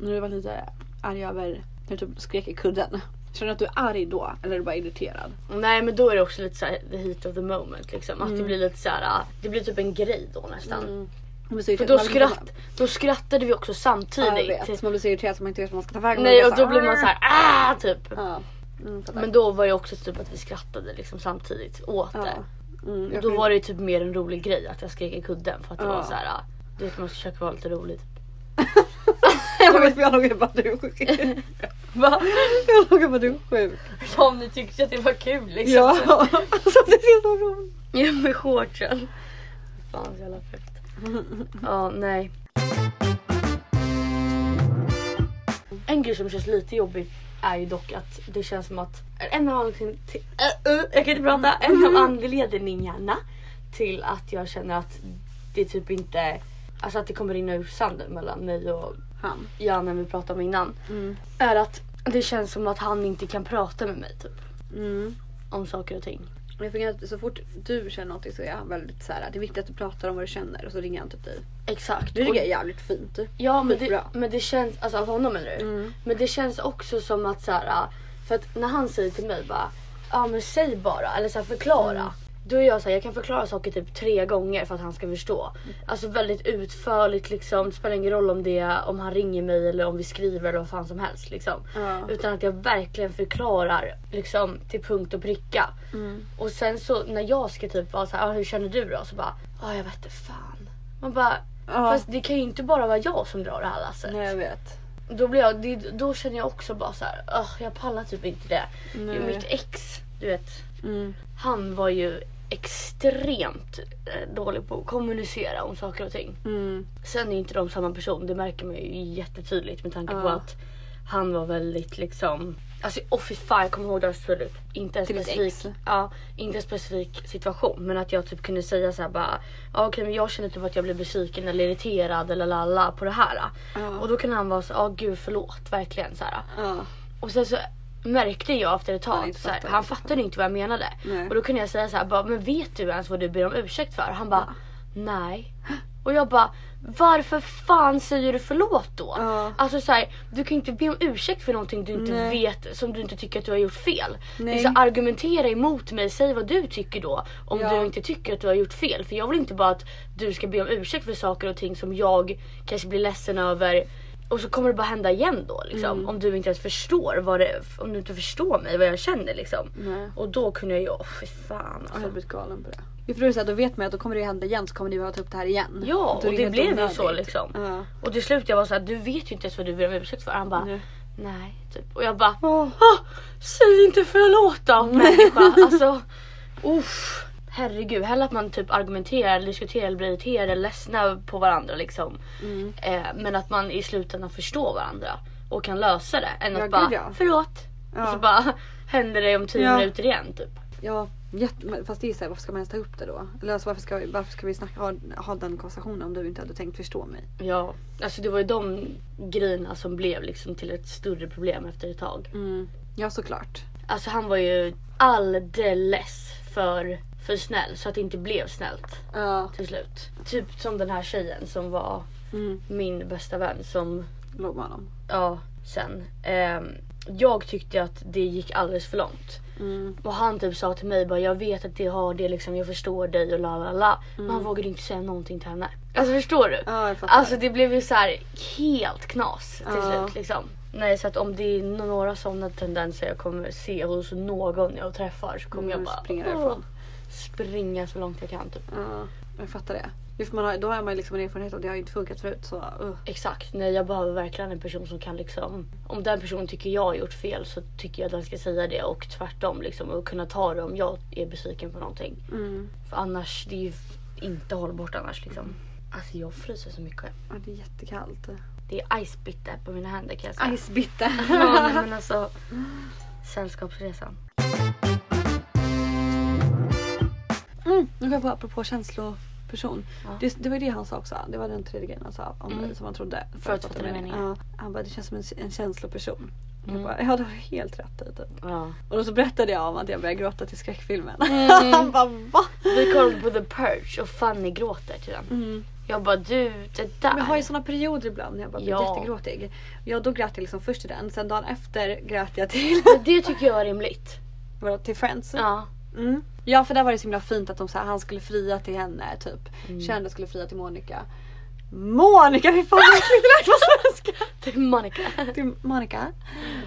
när du var lite arg över, när du typ skrek i kudden. Känner du att du är arg då eller är du bara irriterad? Nej men då är det också lite såhär the heat of the moment liksom. Att det blir lite såhär, det blir typ en grej då nästan. Man blir så För irriterad. då, typ Man blir så- skratt, då skrattade vi också Ja, samtidigt. Typ. jag vet. Man blir så irriterad att man inte vet vad man ska ta vägen. Nej Man och bara då blir man såhär ah typ. Ja. Mm, fattar. Men då var det också typ att vi skrattade liksom samtidigt åt det. ja. Mm, jag Då kan- var det ju typ mer en rolig grej att jag skrek i kudden för att det Ja. var såhär, ah, du vet man ska försöka vara lite rolig. (laughs) jag vet för jag låg och bara du är sjuk. (laughs) Va? Jag låg och bara du är sjuk. Som ni tyckte att det var kul liksom. Ja. (laughs) Alltså det är så roligt. Ja med shortsen. Fan så jävla fult. Ja nej. En grej som känns lite jobbig är ju dock att det känns som att en av anledningarna till, Äh, äh, jag kan inte prata, en av anledningarna till att jag känner att det typ inte, alltså att det kommer rinna ur sanden mellan mig och Han. Jan när vi pratade om innan. Mm. Är att det känns som att han inte kan prata med mig typ Mm. om saker och ting. Jag fick att så fort du känner någonting så är han väldigt så här. Det är viktigt att du pratar om vad du känner och så ringer han typ dig. Exakt. Det Och- tycker jag är jävligt fint. typ. Ja men det, Skitbra. men det känns, alltså av honom menar du? Mm. Men det känns också som att så här, äh, för att när han säger till mig bara, ja men säg bara eller så här, förklara. Mm. Då är jag så här, jag kan förklara saker typ tre gånger för att han ska förstå. Mm. Alltså väldigt utförligt liksom, det spelar ingen roll om det är- om han ringer mig eller om vi skriver eller vad fan som helst liksom. Ja. Utan att jag verkligen förklarar liksom till punkt och pricka. Mm. Och sen så när jag ska typ vara så här, ah, hur känner du då? Så bara, ja jag vet inte fan. Man bara, Ja. fast det kan ju inte bara vara jag som drar det här lasset. Nej jag vet. Då, blir jag, det, då känner jag också bara så här, "Ugh, jag pallar typ inte det. Nej. Mitt ex, du vet, Mm. han var ju extremt eh, dålig på att kommunicera om saker och ting. Mm. Sen är ju inte de samma person, det märker man ju jättetydligt med tanke på Ja. att han var väldigt liksom Alltså åh fy fan jag kommer ihåg det här så tydligt. Inte en Till ditt specifik, ex? ja, inte en specifik situation men att jag typ kunde säga så här bara ja okej men jag känner typ att jag blir besviken eller irriterad eller lalla på det här. Ja. Och då kan han vara så ja gud förlåt verkligen så här. Ja. Och sen så märkte jag efter ett Han tag, inte så här, fattade. han fattade inte vad jag menade. Nej. Och då kunde jag säga så här, bara, men vet du ens vad du ber om ursäkt för? Han bara, nej. Och jag bara, varför fan säger du förlåt då? Ja. Alltså så här, du kan ju inte be om ursäkt för någonting du inte Nej. vet, som du inte tycker att du har gjort fel. Nej. Så argumentera emot mig, säg vad du tycker då. Om Ja. du inte tycker att du har gjort fel. För jag vill inte bara att du ska be om ursäkt för saker och ting som jag kanske blir ledsen över. Och så kommer det bara hända igen då liksom. Mm. Om du inte ens förstår vad det, om du inte förstår mig vad jag känner liksom. Nej. Och då kunde jag ju, åh fy fan Jag alltså. hade blivit galen på det. Ja, för då är det så här, då vet man ju att då kommer det hända igen så kommer ni behöva ta upp det här igen. Ja Då är och det helt blev ju onödigt. så liksom. Ja. Och till slut jag var såhär, du vet ju inte ens vad du ber om ursäkt för. Han bara, Nej. nej, typ. Och jag bara, Åh. "Ah, säg inte förlåt då människa. (laughs) Alltså, uff. Herregud, hellre att man typ argumenterar, eller diskuterar, eller blir irriterad eller ledsna på varandra liksom. Mm. Eh, men att man i slutändan förstår varandra och kan lösa det. Än Ja, att gud, bara, (laughs) ja. förlåt. Ja. Och så bara händer det om tio Ja. minuter igen typ. Ja, Jätte, men- fast det är såhär, varför ska man ens ta upp det då? Eller alltså, varför ska vi, varför ska vi snacka, ha, ha den konversationen om du inte hade tänkt förstå mig? Ja, alltså det var ju de grejerna som blev liksom till ett större problem efter ett tag. Ja såklart. Alltså han var ju alldeles för, för snäll så att det inte blev snällt Ja. till slut. Typ som den här tjejen som var Mm. min bästa vän som, Låg med honom. ja sen. Ehm, jag tyckte att det gick alldeles för långt. Mm. Och han typ sa till mig bara jag vet att det har det liksom, jag förstår dig och la la la. Men han vågade inte säga någonting till henne. Alltså förstår du? Mm. Ja jag fattar. Alltså det blev ju så här helt knas till Ja. slut liksom. Nej så att om det är några sådana tendenser jag kommer se hos någon jag träffar så kommer Mm, jag bara springa därifrån. "Åh", springa så långt jag kan typ. Ja, jag fattar det. Jo, för man har, då har man liksom en erfarenhet av det har ju inte funkat förut så uh. Exakt, nej jag behöver verkligen en person som kan liksom om den personen tycker jag har gjort fel så tycker jag att den ska säga det och tvärtom liksom och kunna ta det om jag är besviken på någonting. mm. För annars det är ju inte hållbart annars liksom. Alltså jag fryser så mycket. ja, det är jättekallt. Det är icebitter på mina händer kan jag säga. Icebiter. Ja, nej, men alltså. Sällskapsresan. Mm. Nu går jag på apropå känsloperson. Ja. Det, det var ju det han sa också. Det var den tredje grejen han sa om Mm. dig som han trodde. Förutfattade meningar. Ja. Han bara det känns som en, en känsloperson. Mm. Jag bara, ja du har helt rätt i typ. Ja. Och då så berättade jag om att jag började gråta till skräckfilmen. (laughs) Mm. han bara va? Vi kollade på The Purge och Fanny gråter till den. Mm. Jag bara du det Men jag har ju där. såna perioder ibland när jag bara blir Ja. jättegråtig. Ja då grät jag liksom först till den, sen dagen efter grät jag (laughs) till, Det tycker jag är rimligt. vadå, till Friends. Ja. Mm. Ja för där var det så himla fint att de så här, han skulle fria till henne typ. Kände skulle fria till Monica. Monica! Fy (laughs) fan vad äckligt det lät på svenska! Mm. Till Monica. Till Monica.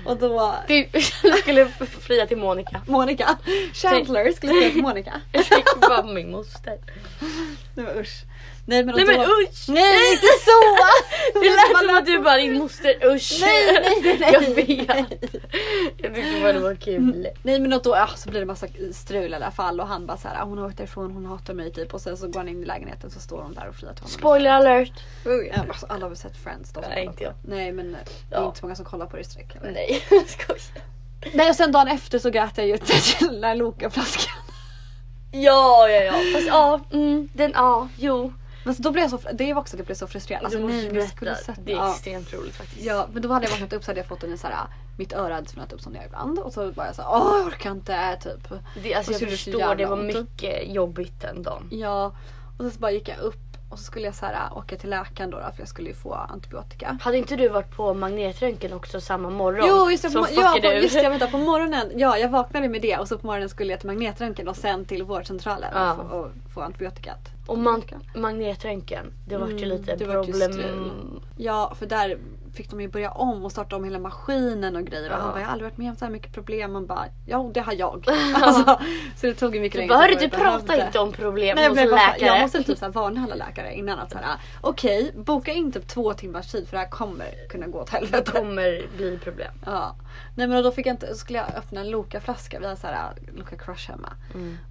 Och då Du (laughs) jag skulle fria till Monica. Monica. Chandler skulle fria till Monica. Jag fick bara min moster. Nej men usch. Nej men, och Nej men då... usch! Nej inte (laughs) så! Det lät som att du bara din moster usch. Nej, nej, nej, nej. (laughs) Jag vet. Jag tyckte bara det var kul. Nej men och då ah, så blir det massa strul i alla fall och han bara såhär ah, hon har varit därifrån, hon hatar mig typ och sen så går han in i lägenheten så står hon där och friar till honom. Spoiler alert. Ja, alltså, alla har väl sett Friends då? som Nej, kollar inte på jag. det. Nej men eh, det är Ja. inte så många som kollar på det i sträck heller. (laughs) Nej jag skojar. Nej och sen dagen efter så grät jag ju (laughs) till den där Loka-flaskan. Ja ja ja. Fast ja. Mm, den ja. Jo. Men så då blev jag så, det var också att jag blev så frustrerad. Alltså, du måste nej, men jag berätta. skulle sett- det är ja. extremt roligt faktiskt. Ja men då hade jag vaknat upp så hade jag fått en sån här, mitt öra hade svunnit upp som det gör ibland och så bara jag såhär åh jag orkar inte typ. Det, alltså Och jag så gjorde det så förstår, jävla det var ont. mycket jobbigt den dagen. Ja och sen så bara gick jag upp och så skulle jag så här, åka till läkaren då, då för jag skulle ju få antibiotika. Hade inte du varit på magnetröntgen också samma morgon? Jo just det, på, som mo- ja, på, fuckade just det, ur? jag (laughs) väntar på morgonen. Ja jag vaknade med det och så på morgonen skulle jag till magnetröntgen och sen till vårdcentralen Ja. och, få, och få antibiotikat. Och man, magnetröntgen, det vart ju Mm, lite det vart ju problem. strul. Ja för där fick de ju börja om och starta om hela maskinen och grejer. Och Ja. han bara jag har aldrig varit med om så här mycket problem. Man bara ja det har (laughs) jag. alltså, så det tog ju mycket Du längre bara tid hörru än du vad jag pratar behövde. inte om problem Nej, jag, hos blev bara, så här- läkare. jag måste typ så här varna alla läkare innan att såhär okej boka in typ två timmars tid för det här kommer kunna gå åt Det helvete. kommer bli problem. (laughs) Ja. Nej men då fick jag inte, så skulle jag öppna en Loka-flaska, vi har så här äh, Loka Crush hemma.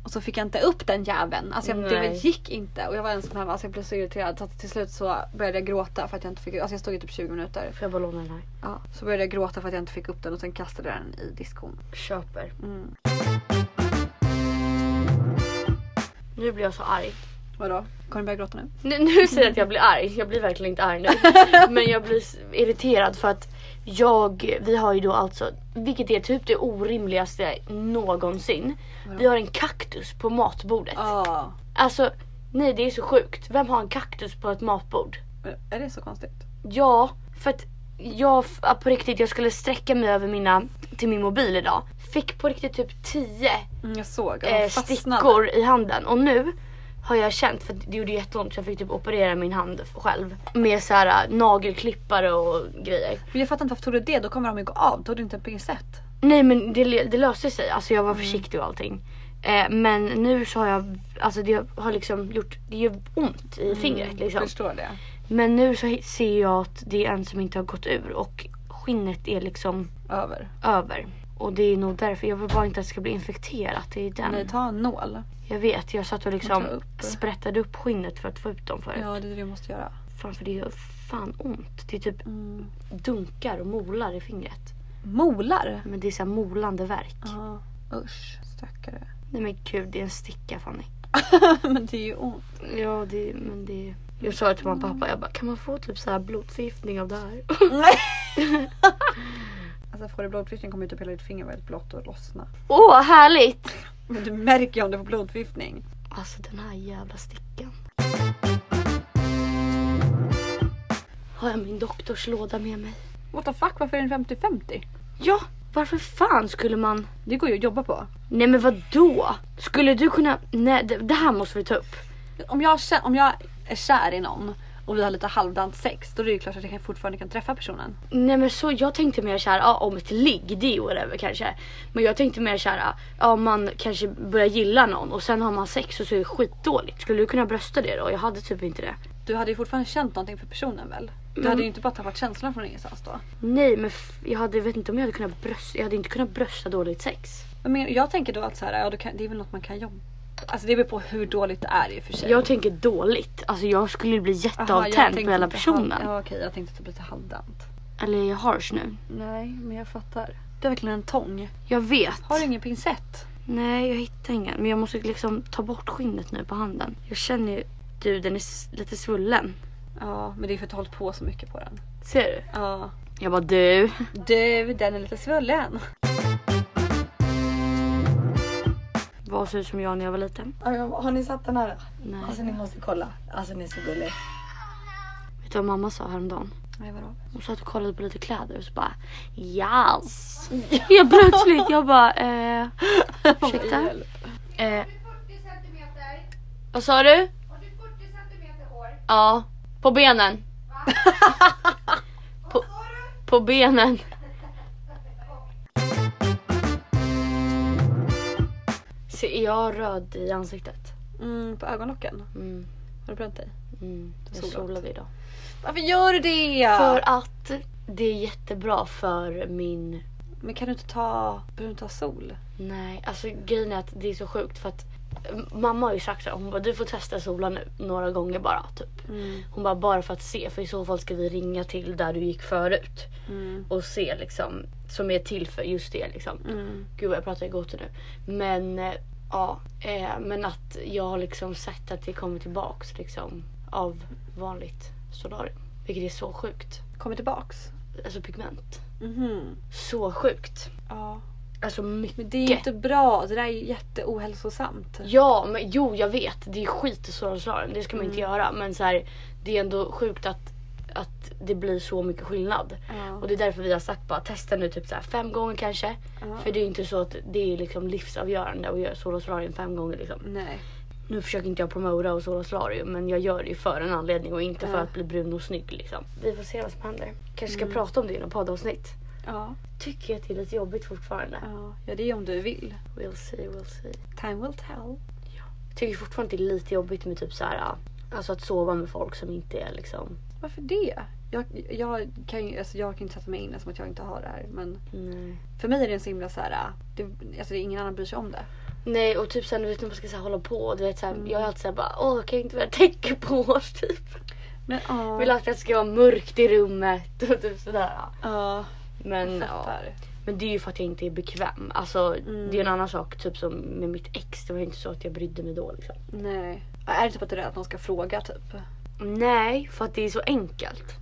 Och så fick jag inte upp den jäveln. Alltså jag, det Mm. Nej. gick inte och jag var ensam hemma så alltså, jag blev så irriterad så att till slut så började jag gråta för att jag inte fick Alltså jag stod i typ 20 minuter. Får jag bara låna den här? Ja. Så började jag gråta för att jag inte fick upp den och sen kastade jag den i diskon. Köper. Mm. Nu blir jag så arg. Vadå? Kommer du börja gråta nu? Nu, nu säger jag att jag blir arg, jag blir verkligen (laughs) inte arg nu. Men jag blir s- irriterad för att jag, vi har ju då alltså, vilket är typ det orimligaste någonsin. Vi har en kaktus på matbordet. Ja. Alltså, nej det är så sjukt. Vem har en kaktus på ett matbord? Är det så konstigt? Ja, för att jag f- på riktigt, jag skulle sträcka mig över mina, till min mobil idag. Fick på riktigt typ 10 Mm, jag såg. Jag eh, fastnade. stickor i handen och nu har jag känt, för det gjorde jätteont så jag fick typ operera min hand själv med så här äh, nagelklippare och grejer. Men jag fattar inte varför tog du det? Då kommer de ju gå av. Då har du inte en pincett. Nej men det, le- det löste sig, alltså jag var Mm. försiktig och allting. Eh, men nu så har jag, alltså det har liksom gjort, det gör ont i fingret liksom. Mm, Förstår det. Men nu så hi- ser jag att det är en som inte har gått ur och skinnet är liksom Över. över. Och det är nog därför, jag vill bara inte att det ska bli infekterat. Det är den. Nej ta en nål. Jag vet, jag satt och liksom Ta upp. sprättade upp skinnet för att få ut dem förut. Ja det är det du måste göra. Fan för det gör fan ont. Det är typ Mm. dunkar och molar i fingret. Molar. Men det är så här molande värk. Ja, usch. Stackare. Nej men gud det är en sticka Fanny. (laughs) men det är ju ont. Ja det, men det Jag sa till mamma och pappa, jag bara kan man få typ så här blodförgiftning av det här? (laughs) (laughs) alltså får du blodförgiftning kommer ju typ hela ditt finger vara helt blått och lossna. Åh vad härligt! Men du märker ju om du får blodförgiftning. Alltså den här jävla stickan. Har jag min doktorslåda med mig? What the fuck varför är den 50-50? Ja, varför fan skulle man? Det går ju att jobba på. Nej men vad då? Skulle du kunna? Nej det, det här måste vi ta upp. Om jag, kä- om jag är kär i någon och vi har lite halvdant sex då är det ju klart att jag kan- fortfarande kan träffa personen. Nej men så jag tänkte mer såhär, ja om ett ligg det är whatever kanske. Men jag tänkte mer såhär, ja om man kanske börjar gilla någon och sen har man sex och så är det skitdåligt. Skulle du kunna brösta det då? Jag hade typ inte det. Du hade ju fortfarande känt någonting för personen väl? Du hade Mm. ju inte bara tappat känslan från ingenstans då. Nej men f- jag hade, vet inte om jag hade kunnat brösta, jag hade inte kunnat brösta dåligt sex. Men men jag tänker då att så här, ja, du kan, det är väl något man kan jobba Alltså det beror på hur dåligt det är i och för sig. Jag tänker dåligt, alltså jag skulle bli Typ. Aha, jag jätteavtänd på tänkte hela lite personen. halv- Ja, okej, jag tänkte typ lite halvdant. Eller är jag harsh nu? Nej, men jag fattar. Du har verkligen en tång. Jag vet. Har du ingen pincett? Nej jag hittar ingen men jag måste liksom ta bort skinnet nu på handen. Jag känner ju, du den är s- lite svullen. Ja, men det är för att du har hållit på så mycket på den. Ser du? Ja. Jag bara du. Du, den är lite svullen. Vad ser ut som jag när jag var liten? Har ni satt den här? Nej. Alltså ni måste kolla. Alltså ni är så gulliga. Vet du vad mamma sa häromdagen? Nej, vadå? Hon satt och kollade på lite kläder och så bara (laughs) yes. Jag plötsligt jag bara eh, ursäkta. 40 Eh, centimeter vad sa du? och du är 40 centimeter år. Ja, på benen. (laughs) på, på benen. Ser jag röd i ansiktet? Mm, på ögonlocken. Mm, Har du bränt dig? mm. Jag Solat. solade idag. Varför gör du det? För att det är jättebra för min Men kan du inte ta... Behöver du inte ha sol? Nej, alltså grejen är att det är så sjukt för att eh, mamma har ju sagt så här, hon bara du får testa sola nu några gånger bara typ. Mm, Hon bara bara för att se för i så fall ska vi ringa till där du gick förut mm, och se liksom som är till för just det liksom. mm. Gud vad jag pratar i gott nu. Men eh, ja, eh, men att jag har liksom sett att det kommer tillbaks liksom av vanligt solarium. Vilket är så sjukt. Kommer tillbaks. Alltså pigment. Mhm. Så sjukt. Ja. Alltså mycket. Men det är ju inte bra. Det där är ju jätteohälsosamt. Ja, men jo jag vet. Det är skit i solarium. Det ska man inte göra. Men så här, det är ändå sjukt att, att det blir så mycket skillnad. Ja. Och det är därför vi har sagt bara testa nu typ så här fem gånger kanske. Ja. För det är ju inte så att det är liksom livsavgörande att göra solarium fem gånger liksom. Nej. Nu försöker inte jag promota och solarium men jag gör det ju för en anledning och inte för att bli brun och snygg liksom. Vi får se vad som händer. Mm. Kanske ska prata om det i något poddavsnitt. Ja. Tycker jag att det är lite jobbigt fortfarande. ja. Ja, det är om du vill. We'll see, we'll see. Time will tell. tycker fortfarande att det är lite jobbigt med typ så här, alltså att sova med folk som inte är liksom. Varför det? Jag, jag, kan ju, alltså jag kan inte sätta mig in eftersom att jag inte har det här. Men Nej. för mig är det en så himla så här, det, alltså det är ingen annan bryr sig om det. Nej och typ sen du vet när man ska så här, hålla på. Du vet, så här, Jag är alltid såhär bara åh kan jag inte börja täcka på oss typ. Men ja. Vill alltid att det ska vara mörkt i rummet och typ sådär. ja. Ja, Men, ja. fattar. Men det är ju för att jag inte är bekväm. Alltså det är en annan sak typ som med mitt ex. Det var ju inte så att jag brydde mig då liksom. Nej. Ja, Är det typ att du är rädd att någon ska fråga typ? Nej för att det är så enkelt.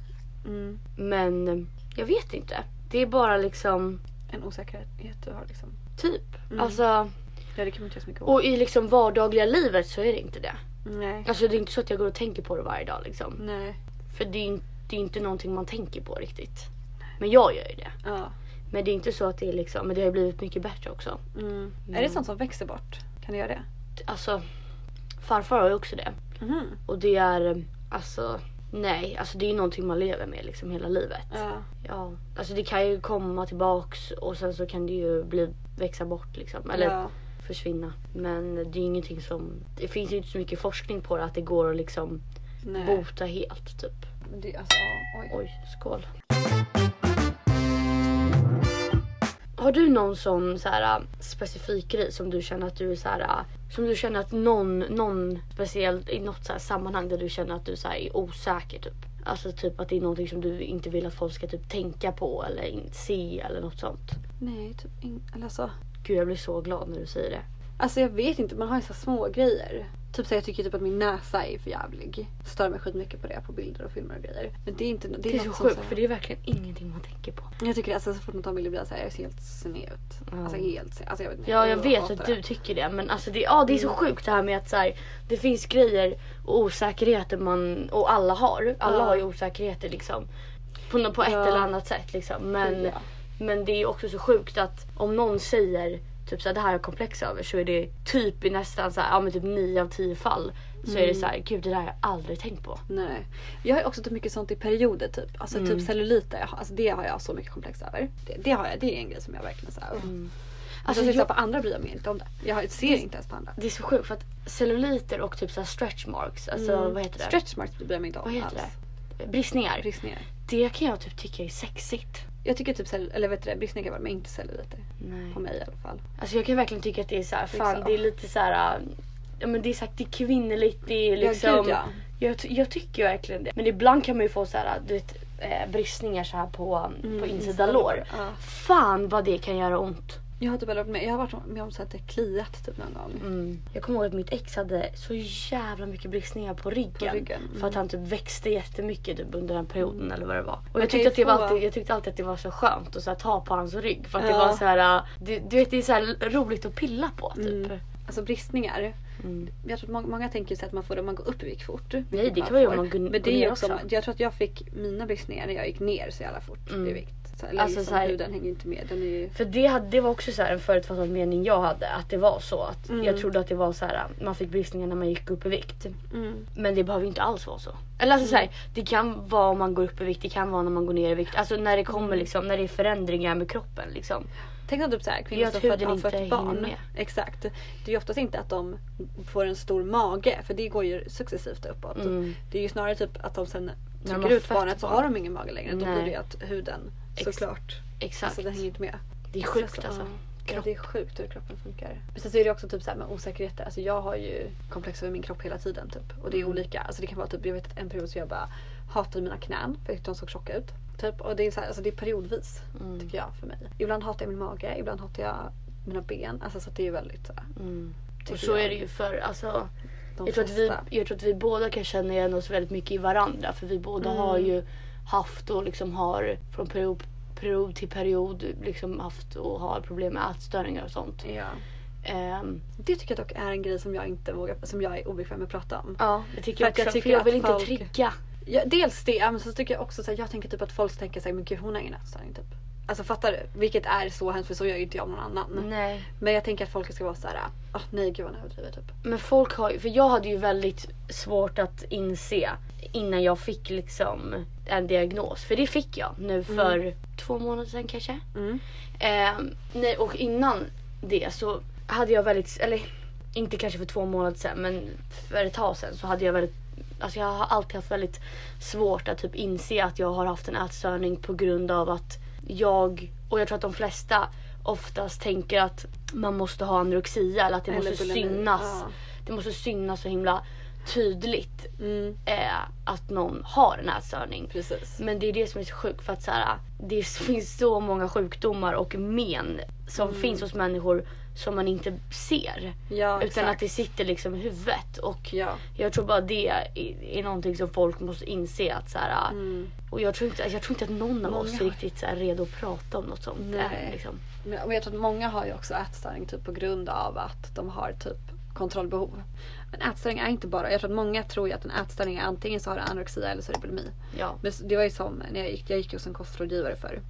Mm. Men jag vet inte. Det är bara liksom En osäkerhet du har liksom. typ. Alltså Ja, det kan man inte göra så mycket åt. och i liksom vardagliga livet så är det inte det. Nej. Alltså det är inte så att jag går och tänker på det varje dag liksom. Nej. För det är, in- det är inte någonting man tänker på riktigt. Men jag gör ju det. Ja. Men det är inte så att det är liksom, men det har ju blivit mycket bättre också. Mm. Är det sånt som växer bort? Kan du göra det? Alltså farfar har ju också det. Mhm. Och det är alltså nej, alltså det är ju någonting man lever med liksom hela livet. Ja. Ja, alltså det kan ju komma tillbaks och sen så kan det ju bli växa bort liksom. Eller Ja. försvinna. Men det är ju ingenting som, det finns ju inte så mycket forskning på det att det går att liksom Nej. bota helt typ. Men Det, alltså, ja, oj. Oj, skål. Har du någon sån så här, äh, specifik grej som du känner att du är så här, äh, som du känner att någon, någon speciellt i något så här sammanhang där du känner att du så här, är osäker typ? Alltså typ att det är någonting som du inte vill att folk ska typ tänka på eller in- se eller något sånt. Nej, typ in, eller alltså. Gud jag blir så glad när du säger det. Alltså jag vet inte, man har ju så här små grejer. Typ så här, jag tycker typ att min näsa är för jävlig. Stör mig skitmycket på det på bilder och filmer och grejer. Men det är inte Det är så något som sjukt här- för det är verkligen ingenting man tänker på. Jag tycker det, alltså så fort man tar en bild blir jag såhär, jag ser helt sned ut. Ja. Alltså helt sned. Alltså, jag vet inte, Ja jag vet hatar att det. du tycker det men alltså det, ja, det är så Mm. sjukt det här med att så här, det finns grejer och osäkerheter man och alla har. Alla Ja. har ju osäkerheter liksom. På, nå- på ett Ja. eller annat sätt liksom. Men, Ja. men det är också så sjukt att om någon säger typ så här, det här är jag komplex över så är det typ i nästan så här, ja, men typ 9 av 10 fall så är det så Mm. här, gud det där har jag aldrig tänkt på. Nej. Jag har också typ mycket sånt i perioder typ. Alltså Mm. typ celluliter, jag har- alltså, det har jag så mycket komplex över. Det, det, har jag, det är en grej som jag verkligen såhär... Mm. Alltså, Alltså, alltså, jag- På andra bryr jag mig inte om det. Jag ser inte ens på andra. Det är så sjukt för att celluliter och typ så här stretch marks, alltså Mm. vad heter det? Stretch marks bryr jag mig inte om vad heter alls. det? Bristningar. Bristningar. Det kan jag typ tycka är sexigt. Jag tycker typ cell, eller vet du det, bristningar kan vara det, men inte celluliter. Nej. På mig i alla fall. Alltså jag kan verkligen tycka att det är så här, fan Liksom. det är lite så här. äh, Ja men det är sagt det är kvinnligt, det är liksom. gud, ja. jag, ty- jag tycker ju verkligen det. Men ibland kan man ju få så här, du vet, eh, bristningar så här på, på insida lår. Mm, Ja. Fan vad det kan göra ont. Jag har typ aldrig varit med, jag har varit med om så att det kliat typ någon gång. Mm. Jag kommer ihåg att mitt ex hade så jävla mycket bristningar på ryggen. På ryggen, mm. För att han typ växte jättemycket typ under den perioden eller vad det var. Och Man kan jag tyckte, ju att det var få- alltid, jag tyckte alltid att det var så skönt att så här, ta på hans rygg. För att det Ja. var så här, äh, du, du vet det är så här roligt att pilla på typ. Alltså bristningar. Jag tror att många, många tänker sig att man får det om man går upp i vikt fort. Mm. Nej, det Man kan man ju får. om man går- Men går det är ju ner också. också. Jag tror att jag fick mina bristningar när jag gick ner så jävla fort i vikt. Så, eller Alltså, liksom, så här- huden hänger inte med. Den är ju... För det, hade, det var också så här en förutfattad mening jag hade att det var så att jag trodde att det var så här um, man fick bristningar när man gick upp i vikt. Men det behöver ju inte alls vara så. Eller alltså så här, det kan vara om man går upp i vikt, det kan vara när man går ner i vikt. Alltså när det kommer liksom, när det är förändringar med kroppen liksom. Tänk om typ så här, Det kvinnor är som att född, huden har inte fött hinner barn. med. Exakt. Det är ju oftast inte att de får en stor mage för det går ju successivt uppåt. Det är ju snarare typ att de sen Mm. de trycker har ut fött barnet så barn. har de ingen mage längre. Då Nej. blir det att huden Ex- såklart. Exakt. Alltså den hänger inte med. Det är sjukt Så- ja. alltså. Ja, det är sjukt hur kroppen funkar. Men sen så är det också typ så här med osäkerheter. Alltså jag har ju komplex över min kropp hela tiden typ. Och det är Mm. olika. Alltså det kan vara typ, jag vet att en period så jag bara hatade mina knän för jag tyckte de såg tjocka ut. Typ. Och det är, så här, alltså det är periodvis Mm. tycker jag för mig. Ibland hatar jag min mage, ibland hatar jag mina ben. Alltså så att det är väldigt så här, Mm, Och tycker så jag. är det ju för alltså. De Jag tror, att vi, flesta. jag tror att vi båda kan känna igen oss väldigt mycket i varandra för vi båda Mm. har ju haft och liksom har från period, period till period liksom haft och har problem med ätstörningar och sånt. Ja. Ehm, Det tycker jag dock är en grej som jag inte vågar, som jag är obekväm med att prata om. Ja, det tycker För jag att jag också. tycker för jag att vill inte folk- trigga. Ja, dels det, men så tycker jag också så här, jag tänker typ att folk tänker såhär, men gud hon har ingen ätstörning typ. Alltså fattar du? Vilket är så hemskt för så gör ju inte jag om någon annan. Nej. Men jag tänker att folk ska vara såhär, ah nej gud vad hon överdriver typ. Men folk har ju, för jag hade ju väldigt svårt att inse innan jag fick liksom en diagnos. För det fick jag nu för två månader sedan kanske. Mm. Ehm, nej, och innan det så hade jag väldigt, eller inte kanske för två månader sedan men för ett tag sedan så hade jag väldigt Alltså jag har alltid haft väldigt svårt att typ inse att jag har haft en ätstörning på grund av att jag, och jag tror att de flesta oftast tänker att man måste ha anorexia eller att det Eller måste bulimi, synas. ja. Det måste synas så himla tydligt eh, att någon har en ätstörning. Mm, Precis. Men det är det som är så sjukt för att så här, ah, det (laughs) finns så många sjukdomar och men som Mm. finns hos människor som man inte ser. Ja, utan exakt. att det sitter liksom i huvudet. Och Ja. jag tror bara det är, är någonting som folk måste inse att så här, ah, Och jag tror, inte, jag tror inte att någon av oss är Mm. Många- riktigt så här redo att prata om något sånt. Nej. Än, liksom. Men, men jag tror att många har ju också ätstörning typ på grund av att de har typ kontrollbehov. Men ätstörning är inte bara, jag tror att många tror ju att en ätstörning är antingen så har du anorexia eller så är det bulimi. Ja. Men det var ju som när jag gick, jag gick ju hos en kostrådgivare förr.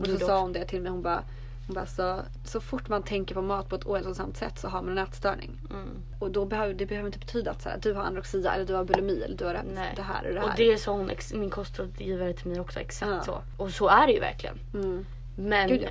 och så gjorde sa hon det till mig. Hon bara, hon bara så, så fort man tänker på mat på ett ohälsosamt sätt så har man en ätstörning. mm. Och då behöver, det behöver inte betyda att så här, du har anorexia eller du har bulimi eller du har Nej. det här och det här. Och det sa hon, ex- min kostrådgivare till mig också, exakt Ja. så. Och så är det ju verkligen. Mm, Men Gud, ja.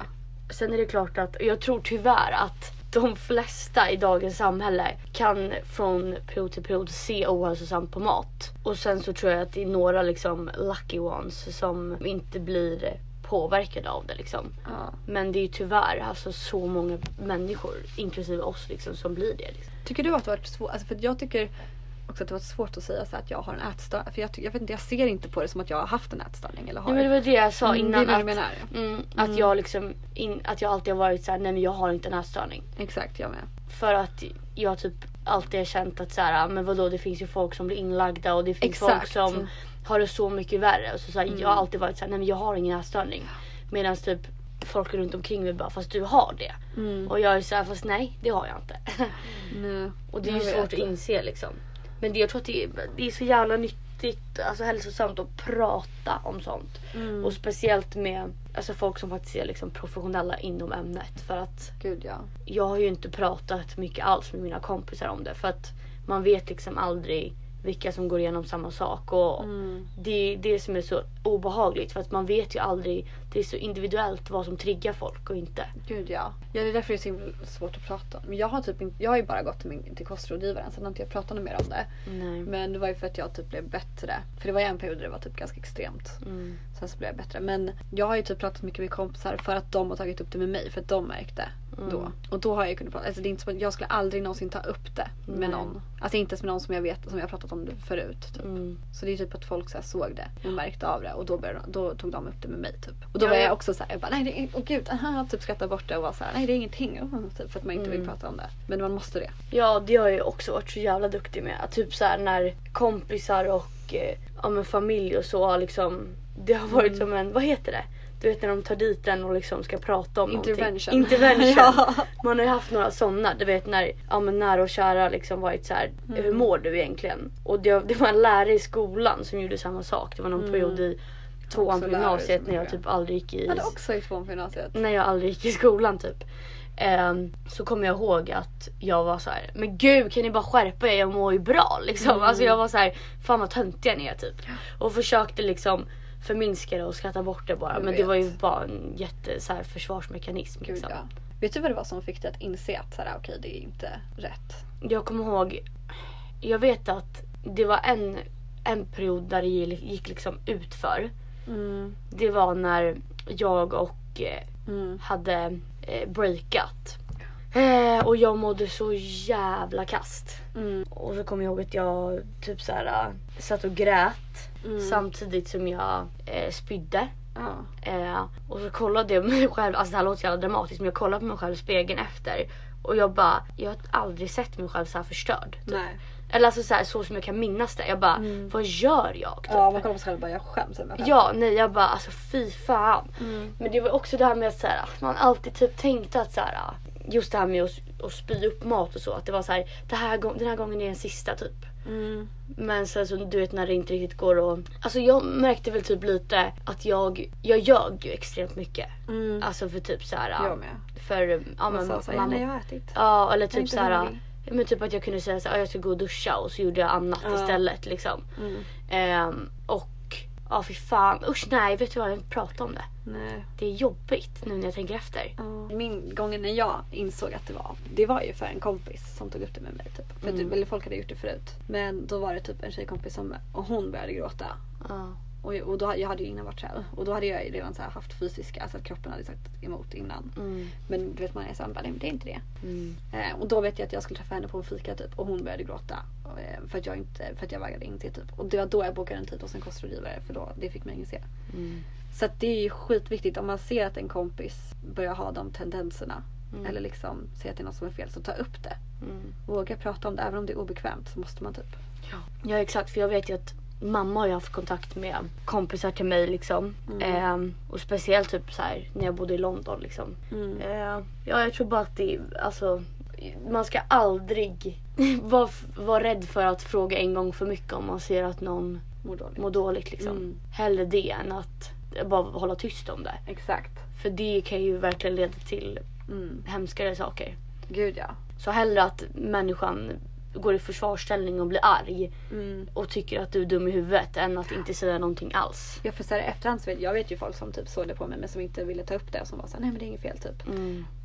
sen är det klart att jag tror tyvärr att de flesta i dagens samhälle kan från period till period se ohälsosamt på mat. Och sen så tror jag att det är några liksom lucky ones som inte blir påverkade av det liksom. Ja. Men det är ju tyvärr alltså så många människor, inklusive oss liksom, som blir det. Liksom. Tycker du att det har varit svårt? Alltså för att jag tycker också att det var svårt att säga så här att jag har en ätstörning. För jag, ty- jag vet inte, jag ser inte på det som att jag har haft en ätstörning. Eller har Nej, men det var det jag sa Mm, innan. det är att, vad jag Mm, att jag liksom, in, att jag alltid har varit så här, nej men jag har inte en ätstörning. Exakt, jag med. För att jag typ alltid har känt att så här, "Ah, men vadå det finns ju folk som blir inlagda och det finns folk Exakt. Mm. som har det så mycket värre. Och så, så här, Jag har alltid varit så här, nej men jag har ingen ätstörning. Medan typ folk runt omkring mig bara, fast du har det. Mm. Och jag är så här, fast nej det har jag inte. (laughs) Nej, Och det är ju jag vet. svårt att inse liksom. Men det, jag tror att det är, det är så jävla nyttigt, alltså hälsosamt att prata om sånt. Mm. Och speciellt med alltså, folk som faktiskt är liksom, professionella inom ämnet. För att Gud ja. jag har ju inte pratat mycket alls med mina kompisar om det. För att man vet liksom aldrig vilka som går igenom samma sak. Och Det är det som är så obehagligt. För att man vet ju aldrig, det är så individuellt vad som triggar folk och inte. Gud ja. ja. Det är därför det är så himla svårt att prata om. Men jag har, typ inte, jag har ju bara gått till, min, till kostrådgivaren sen har inte jag pratat något mer om det. Nej. Men det var ju för att jag typ blev bättre. För det var ju en period där det var typ ganska extremt. Mm. Sen så blev jag bättre. Men jag har ju typ pratat mycket med kompisar för att de har tagit upp det med mig. För att de märkte Mm. då. Och då har jag ju kunnat prata. Alltså det är inte som, att- jag skulle aldrig någonsin ta upp det med Nej. någon. Alltså inte ens med någon som jag vet som jag har pratat om det förut. Typ. Mm. Så det är typ att folk så här såg det och märkte av det och då, började, de- då tog de upp det med mig typ. Och då Ja, var ja. jag också såhär, jag bara nej det är, åh gud, aha, typ skrattade bort det och var såhär nej det är ingenting. (laughs) uh, Typ, för att man inte Mm. vill prata om det. Men man måste det. Ja, det har jag ju också varit så jävla duktig med. Att typ så här när kompisar och eh, ja, men familj och så har liksom... Det har varit Mm. som en, vad heter det? Du vet när de tar dit en och liksom ska prata om Intervention. någonting. Intervention. (laughs) Ja. Man har ju haft några sådana. Du vet när ja, men nära och kära liksom varit så här, Mm. hur mår du egentligen? Och det, det var en lärare i skolan som gjorde samma sak. Det var någon period i Mm. tvåan Också på lärare gymnasiet som när jag gjorde. typ aldrig gick i Jag hade också i tvåan på gymnasiet. när jag aldrig gick i skolan typ. Ehm, så kommer jag ihåg att jag var så här, men gud kan ni bara skärpa er, jag mår ju bra liksom. Mm. Alltså jag var så här, fan vad töntiga ni är typ. Och försökte liksom förminska det och skratta bort det bara. Jag men det var ju vet. bara en jätte så här, försvarsmekanism Gud liksom. ja. Vet du vad det var som fick dig att inse att såhär, okej det är inte rätt? Jag kommer ihåg, jag vet att det var en, en period där det gick gick liksom utför. Mm, Det var när jag och eh, mm, hade eh, breakat. Eh, och jag mådde så jävla kast. mm. Och så kommer jag ihåg att jag typ så här, eh, satt och grät samtidigt som jag eh, spydde. Ja. Eh, och så kollade jag mig (laughs) själv, alltså det här låter så jävla dramatiskt men jag kollade på mig själv i spegeln efter. Och jag bara, jag har aldrig sett mig själv så här förstörd. Typ. Nej. Eller alltså så, här, så som jag kan minnas det. Jag bara, vad gör jag? Typ. Ja man kollar på sig själv och bara jag skäms över mig själv. Ja, nej jag bara alltså fy fan. Mm. Men det var också det här med att så här, man alltid typ tänkte att så här, just det här med att, att spy upp mat och så. Att det var så här, det här gång, den här gången är den sista typ. Mm, Men sen så du vet när det inte riktigt går och... Alltså jag märkte väl typ lite att jag, jag ljög ju extremt mycket. Alltså för typ så här. Jag med. För ja, Mm. Man men, sa såhär, mamma- nej jag har ätit. Ja eller är typ inte så här, hungrig. men typ att jag kunde säga så här, "Ah, jag ska gå och duscha och så gjorde jag annat istället liksom. Ehm, och ja fy fan usch nej vet du vad jag vill inte prata om det. Nej. Det är jobbigt nu när jag tänker efter. Min gången när jag insåg att det var, det var ju för en kompis som tog upp det med mig. Typ. För att, eller folk hade gjort det förut. Men då var det typ en tjejkompis som, och hon började gråta. Ja. Och, jag- och då, jag hade ju innan varit såhär, och då hade jag ju redan så här haft fysiska, alltså att kroppen hade sagt emot innan. Men du vet man är såhär, bara, nej men det är inte det. Mm, Eh, och då vet jag att jag skulle träffa henne på en fika typ och hon började gråta. Och, eh, för, att jag inte, för att jag vägrade inse typ. Och det var då jag bokade en tid hos en kostrådgivare för då, det fick mig inse. mm. Så att det är ju skitviktigt om man ser att en kompis börjar ha de tendenserna. Eller liksom ser att det är något som är fel så ta upp det. Våga prata om det även om det är obekvämt så måste man typ. Ja exakt för jag vet ju att mamma har ju haft kontakt med kompisar till mig liksom. Mm. Ehm, och speciellt typ så här när jag bodde i London liksom. Mm. Ehm, ja jag tror bara att det alltså man ska aldrig (laughs) vara vara rädd för att fråga en gång för mycket om man ser att någon Mår dåligt. må dåligt liksom. Mm. Hellre det än att bara hålla tyst om det. Exakt. För det kan ju verkligen leda till Mm. hemskare saker. Gud ja. Så hellre att människan går i försvarsställning och blir arg Mm. och tycker att du är dum i huvudet än att inte säga någonting alls. Jag får säga det efterhand så vet jag vet ju folk som typ såg det på mig men som inte ville ta upp det och som var såhär nej men det är inget fel typ.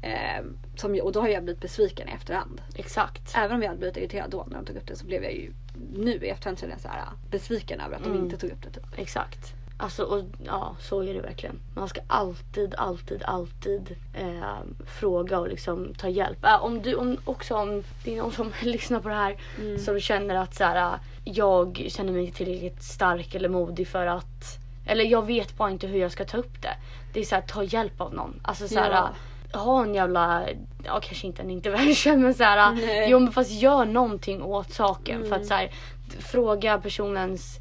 Ehm, som, och då har jag blivit besviken i efterhand. Exakt. Även om jag hade blivit irriterad då när de äh, Mm. tog upp det så blev jag ju nu i efterhand känner jag så här besviken över att de inte tog upp det typ. Exakt. Alltså och ja, så är det verkligen. Man ska alltid, alltid, alltid eh, fråga och liksom ta hjälp. Äh, om du om, också om det är någon som (laughs) lyssnar på det här Mm. som känner att så här, äh, jag känner mig inte tillräckligt stark eller modig för att eller jag vet bara inte hur jag ska ta upp det. Det är så här, ta hjälp av någon. Alltså så här, Ja. ha en jävla, ja kanske inte en intervention (laughs) men så här, Nej. Mm. jo men fast gör någonting åt saken för att så här, d- fråga personens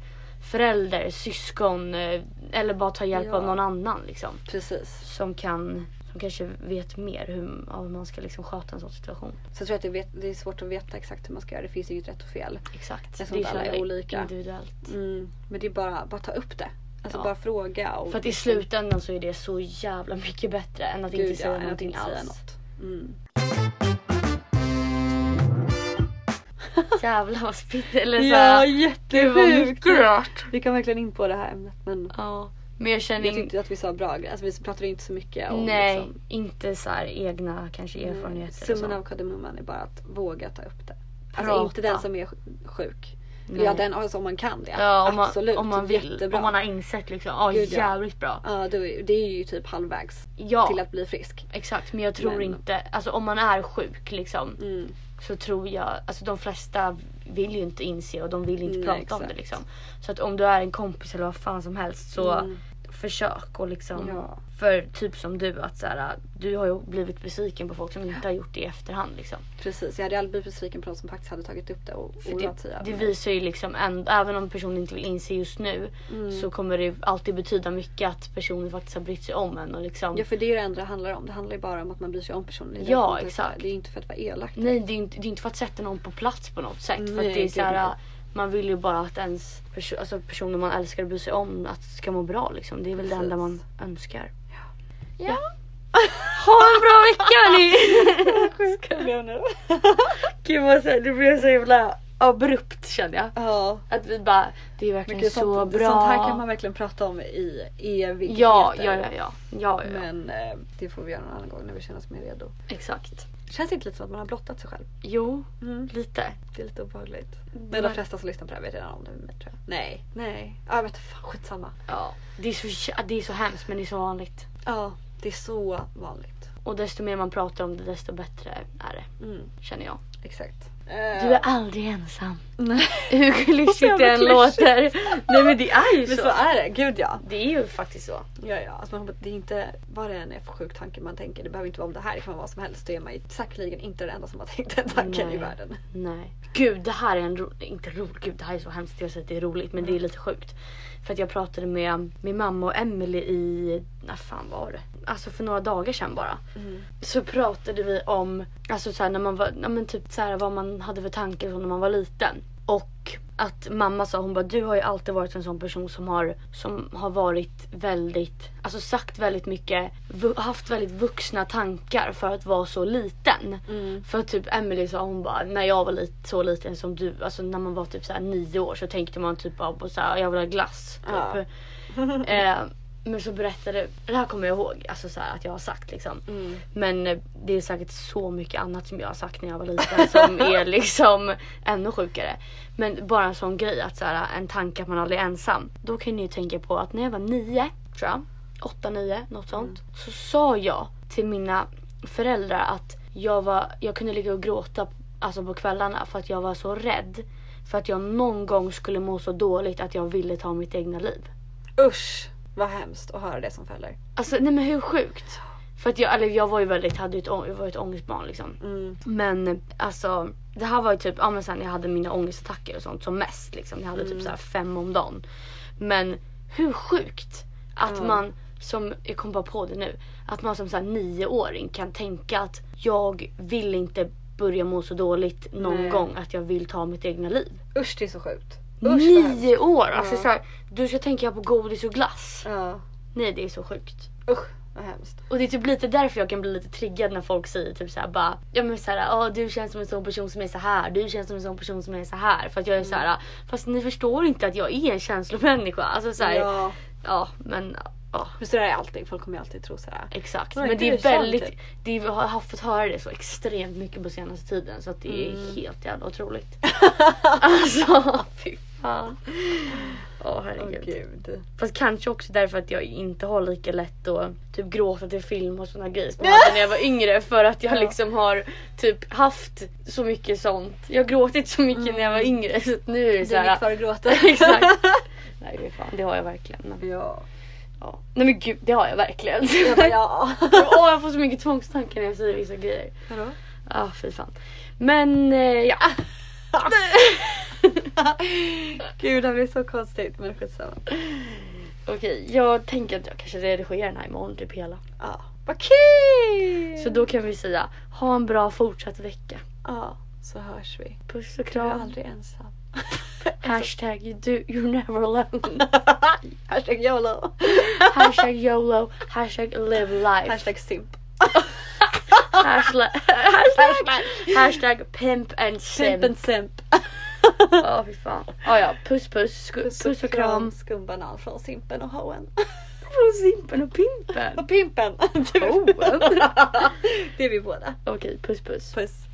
förälder, syskon eh, eller bara ta hjälp Ja. av någon annan liksom. Precis. Som kan, som kanske vet mer hur, ja, hur man ska liksom sköta en sån situation. Sen tror jag att det, vet, det är svårt att veta exakt hur man ska göra. Det finns inget rätt och fel. Exakt. Eftersom att så alla är här olika. individuellt. Mm. Men det är bara, bara ta upp det. Alltså Ja. bara fråga. Och För att i slutändan så är det så jävla mycket bättre än att liksom. Gud, inte säga ja, än att någonting inte säga alls. något. Mm. Jävlar vad spitt eller så Ja här, Gud vad jättesjukt! mycket rört. Vi kan verkligen in på det här ämnet men Ja. Men jag känner jag inte tyckte att vi sa bra grejer. Alltså, vi pratade inte så mycket om Nej, liksom, inte så här egna kanske erfarenheter. och Summan så. av kardemumman är bara att våga ta upp det. Alltså Prata. inte den som är sj- sjuk. Nej. Ja den, alltså om man kan det. Ja, om man, Absolut, om man vill. jättebra. Om man har insett liksom. Ja, Gud, ja. jävligt bra. Ja då är- det är ju typ halvvägs Ja, till att bli frisk. exakt. Men jag tror Men- inte. Alltså om man är sjuk liksom. Mm. Så tror jag. Alltså de flesta vill ju inte inse och de vill inte Nej, prata om det exakt. liksom. Så att om du är en kompis eller vad fan som helst så Mm. försök och liksom. Ja. För typ som du att så här, du har ju blivit besviken på folk som inte har gjort det i efterhand liksom. Precis, jag hade aldrig blivit besviken på någon som faktiskt hade tagit upp det och För oroat det, sig över det visar ju liksom ändå, även om personen inte vill inse just nu Mm. så kommer det alltid betyda mycket att personen faktiskt har brytt sig om en och liksom Ja för det är ju det enda det handlar om. Det handlar ju bara om att man bryr sig om personen. Det är Ja, därför man tar upp exakt. Mm. det. Det är ju inte för att vara elak. (laughs) Nej det är, inte, det är inte för att sätta någon på plats på något sätt. för Nej, att det är gud, så här, nej. man vill ju bara att ens perso- alltså personer man älskar och bryr sig om att ska må bra liksom. Det är väl det enda man Precis. önskar. Ja. (laughs) Ha en bra vecka (laughs) hörni! (laughs) Gud Alltså, vad så, det blev så jävla abrupt kände jag. Ja. Att vi bara, det är verkligen Men gud, så sånt, bra. sånt här kan man verkligen prata om i evigheter. Ja, ja, ja, ja. ja, ja, ja. Men eh, det får vi göra någon annan gång när vi känner oss mer redo. Exakt. Känns det inte lite som att man har blottat sig själv? Jo, Mm. lite. Det är lite obehagligt. Men Men- de flesta som lyssnar på det här vet redan om det med mig tror jag. Nej. Nej. Ja jag vet fan, skitsamma. Ja. Det, är så, jä- det är så hemskt men det är så vanligt. Ja, det är så vanligt. Och desto mer man pratar om det desto bättre är det. Mm, Känner jag. exakt. Eh, Du är aldrig ensam. Nej. (laughs) Hur klyschigt jävla det än klyschigt. låter. Nej men det är ju Men så så. är det, gud ja. Det är ju faktiskt så. Ja, ja. Alltså man, det är inte vad det än är för sjuk tanke man tänker. Det behöver inte vara om det här, det kan vara vad som helst. Då är man ju säkerligen inte den enda som har tänkt den tanken Nej. i världen. Nej. Gud det här är en ro- inte rolig, gud det här är så hemskt. Jag säger att det är roligt men det är lite sjukt. För att jag pratade med min mamma och Emily i, när fan var det? Alltså för några dagar sedan bara. Så pratade vi om, alltså så här, när man var, ja, men typ så här, vad man hade för tankar så när man var liten. Och att mamma sa, hon bara du har ju alltid varit en sån person som har, som har varit väldigt, alltså sagt väldigt mycket, vu- haft väldigt vuxna tankar för att vara så liten. För att typ Emily sa hon bara, när jag var lit, så liten som du, alltså när man var typ så här nio år så tänkte man typ bara på så här, jag vill ha glass. Typ. eh, men så berättade, det här kommer jag ihåg alltså så här, att jag har sagt liksom. Men eh, det är säkert så mycket annat som jag har sagt när jag var liten som är liksom ännu sjukare. Men bara en sån grej att så här, en tanke att man aldrig är ensam. Då kan ni ju tänka på att när jag var nio, tror jag, åtta, nio, något sånt. Så sa jag till mina föräldrar att jag, var, jag kunde ligga och gråta alltså på kvällarna för att jag var så rädd. För att jag någon gång skulle må så dåligt att jag ville ta mitt egna liv. Usch vad hemskt att höra det som förälder. Alltså nej men hur sjukt? För att jag, eller jag var ju väldigt, hade ju ett, ång- jag var ju ett ångestbarn liksom. Mm. Men alltså det här var ju typ, ja men sen jag hade mina ångestattacker och sånt som mest liksom. Jag hade Mm. typ så här fem om dagen. Men hur sjukt att man som, jag kom bara på det nu, att man som så här nioåring kan tänka att jag vill inte börja må så dåligt någon Nej. gång att jag vill ta mitt egna liv. Usch det är så sjukt. Usch vad hemskt. Nio år! Alltså Ja. så här, du ska tänka på godis och glass. Ja. Nej det är så sjukt. Usch vad hemskt. Och det är typ lite därför jag kan bli lite triggad när folk säger typ såhär bara Ja men såhär, ja du känns som en sån person som är så här. du känns som en sån person som är så här. För att jag är så här. fast ni förstår inte att jag är en känslomänniska. Alltså såhär, ja. Ja. ja men Ja. Men så där är allting, folk kommer ju alltid tro sådär. Exakt. Nej, men det är gud, sant väldigt, typ. det är, jag har fått höra det så extremt mycket på senaste tiden så att det är helt jävla otroligt. alltså fy fan. Ja herregud. gud. Fast kanske också därför att jag inte har lika lätt att typ gråta till film och såna (laughs) grejer som jag hade när jag var yngre för att jag liksom har typ haft så mycket sånt. Jag har gråtit så mycket när jag var yngre så att nu är Mm. det Du är såhär. (laughs) kvar och gråta. (laughs) Exakt. Nej fy fan det har jag verkligen. Men, Ja. ja. Nej men gud det har jag verkligen. Jag bara, (laughs) ja. (laughs) Åh jag får så mycket tvångstankar när jag säger vissa grejer. Vadå? Ja fy fan. Men eh, ja. (laughs) (laughs) Gud det här blir så konstigt men skitsamma. Okej jag tänker att jag kanske redigerar den här imorgon typ hela. Ja. Vad kul! Så då kan vi säga ha en bra fortsatt vecka. Ja, så hörs vi. Puss och Du är kram. aldrig (laughs) ensam. Hashtag you do, you're never (laughs) alone. (laughs) Hashtag YOLO. Hashtag YOLO. Hashtag live life. Hashtag simp. hashtag, (laughs) hashtag, hashtag pimp and Simp and simp. simp. Ja fy fan. Ah, ja puss puss. Sku- puss och kram. Skumbanan från simpen och (laughs) hoen. Från simpen och pimpen. Och pimpen. Typ. Hoen. (laughs) Det är vi båda. Okej puss puss. Puss.